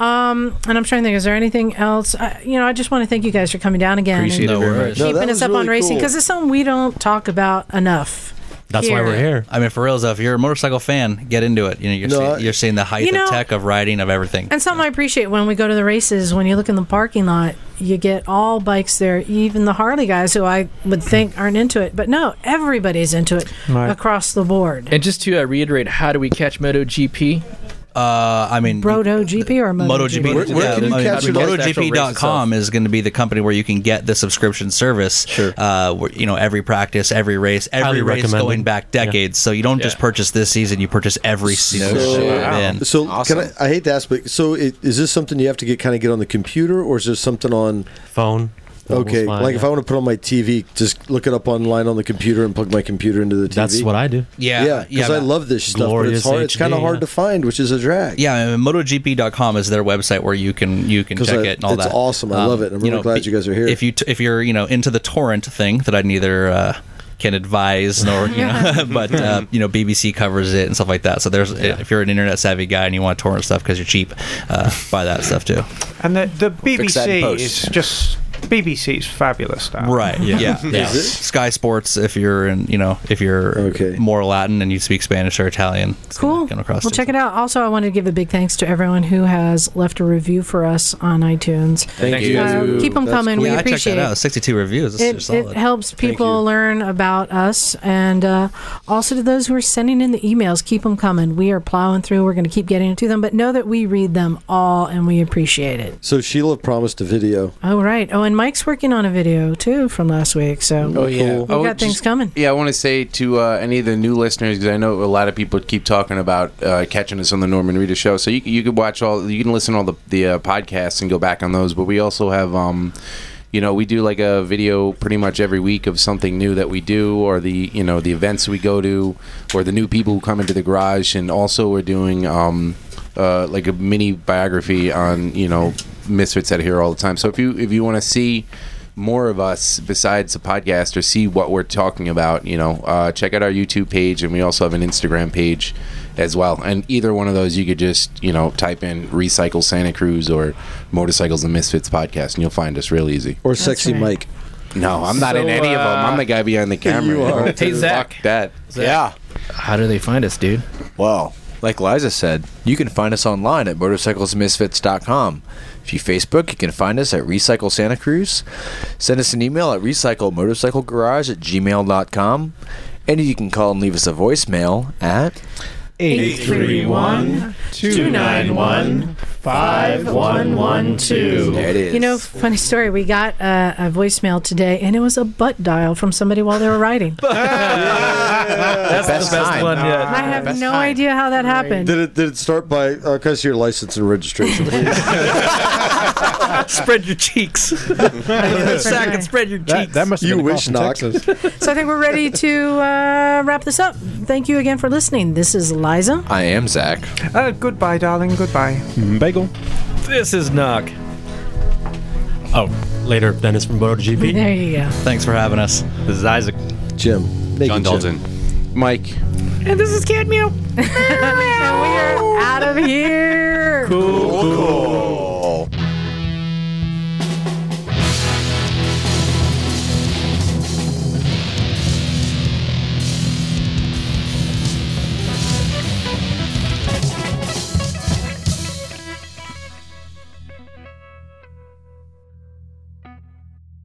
Um, and I'm trying to think, is there anything else? I, you know, I just want to thank you guys for coming down again.
Appreciate
and
it very much. No,
Keeping
that
us
was
up on
really
racing
cool.
because it's something we don't talk about enough.
I mean, for real, though, if you're a motorcycle fan, get into it. You know, you're
No, I-
see, you're seeing the height
You know-
of tech, of riding,
[laughs]
of everything.
And something I appreciate when we go to the races, when you look in the parking lot, you get all bikes there, even the Harley guys who I would think aren't into it. But no, everybody's into it
Right.
across the board.
And just to uh, reiterate, how do we catch MotoGP?
Uh, I mean,
Brodo GP or MotoGP?
MotoGP. MotoGP.com is going to be the company where you can get the subscription service. Sure. Uh, where, you know, every practice, every race, every
Highly
race
recommended.
going back decades. So you don't just purchase this season; you purchase every season. Man.
so can I, I hate to ask, but so it, is this something you have to get kind of get on the computer, or is there something on
phone?
Okay,
Phone's fine,
like if
yeah.
I want to put on my TV, just look it up online on the computer and plug my computer into the TV.
That's what I do.
Yeah,
yeah,
yeah,
because I
that-
love this stuff, but it's
Glorious
hard. It's kind of
HD,
hard
yeah.
to find, which is a drag.
Yeah, and MotoGP.com is their website where you can you can
'Cause
check
I-
it and all
it's
that. Um,
awesome. I love it. I'm really glad you guys are here.
If you t- if you're you know into the torrent thing that I neither uh, can
[laughs]
advise nor you know, [laughs] but uh, you know BBC covers it and stuff like that. So there's if you're an internet savvy guy and you want torrent stuff because you're cheap, uh, buy that stuff too.
And the, the
fix that in
BBC is
post.
just BBC is fabulous stuff. [laughs]
Right. Yeah. [laughs] yeah. Sky Sports if you're in you know if you're more Latin and you speak Spanish or Italian. it's gonna
Cool.
Come across
We'll
to-
check it out. Also, I want to give a big thanks to everyone who has left a review for us on iTunes.
Thank you.
Uh, keep them coming. We
Yeah, I checked
appreciate
that
it.
out. 62 reviews. That's
It,
solid.
it helps people learn about us and uh, also to those who are sending in the emails keep them coming we are plowing through we're going to keep getting into them but know that we read them all and we appreciate it
So Sheila promised a video.
all right oh and mike's working on a video too from last week so
[laughs] Oh yeah,
we've
I would
got things
just-
coming
Yeah, I want to say to uh, any of the new listeners because I know a lot of people keep talking about uh, catching us on the Norman Reader show. So you c- you can watch all, you can listen to all the the uh, podcasts and go back on those. But we also have. Um, you know, we do like a video pretty much every week of something new that we do, or the you know the events we go to, or the new people who come into the garage, and also we're doing um, uh, like a mini biography on you know misfits that are here all the time. So if you if you want to see more of us besides the podcast or see what we're talking about, you know, uh, check out our YouTube page and we also have an Instagram page as well. And either one of those, you could just, you know, type in Recycle Santa Cruz or Motorcycles and Misfits podcast and you'll find us real easy.
Or Sexy
right.
Mike.
No,
Oh,
I'm not in
So,
any of them. I'm
uh,
the guy behind [laughs]
[laughs]
the camera.
you are,
Fuck
Hey, Zach.
that.
Zach.
Yeah.
How do they find us, dude? Well, like Liza said, you can find us online at motorcyclesmisfits.com. If you Facebook, you can find us at Recycle Santa Cruz. Send us an email at recyclemotorcyclegarage at gmail.com. And you can call and leave us a voicemail at
831
291
5112. There it is.
You know, funny story. We got uh, a voicemail today, and it was a butt dial from somebody while they were riding.
That's
best
the best
time.
one yet.
I have no idea how that happened.
Did it did it start by uh, can I see your license and registration?
[laughs]
[laughs]
Spread your cheeks. [laughs] Zach, and spread your cheeks.
That, that must have
You
been a call
wish,
from
Knox.
Texas.
So I think we're ready to uh, wrap this up. Thank you again for listening. This is Liza.
I am Zach.
Uh, goodbye, darling. Goodbye.
Bagel.
This is Knock.
Oh, later, Dennis from Border GP.
There you go.
Thanks for having us.
This is Isaac.
Jim.
John Dalton.
Mike.
And this [laughs] is Cat Meow. and we are out of here.
cool.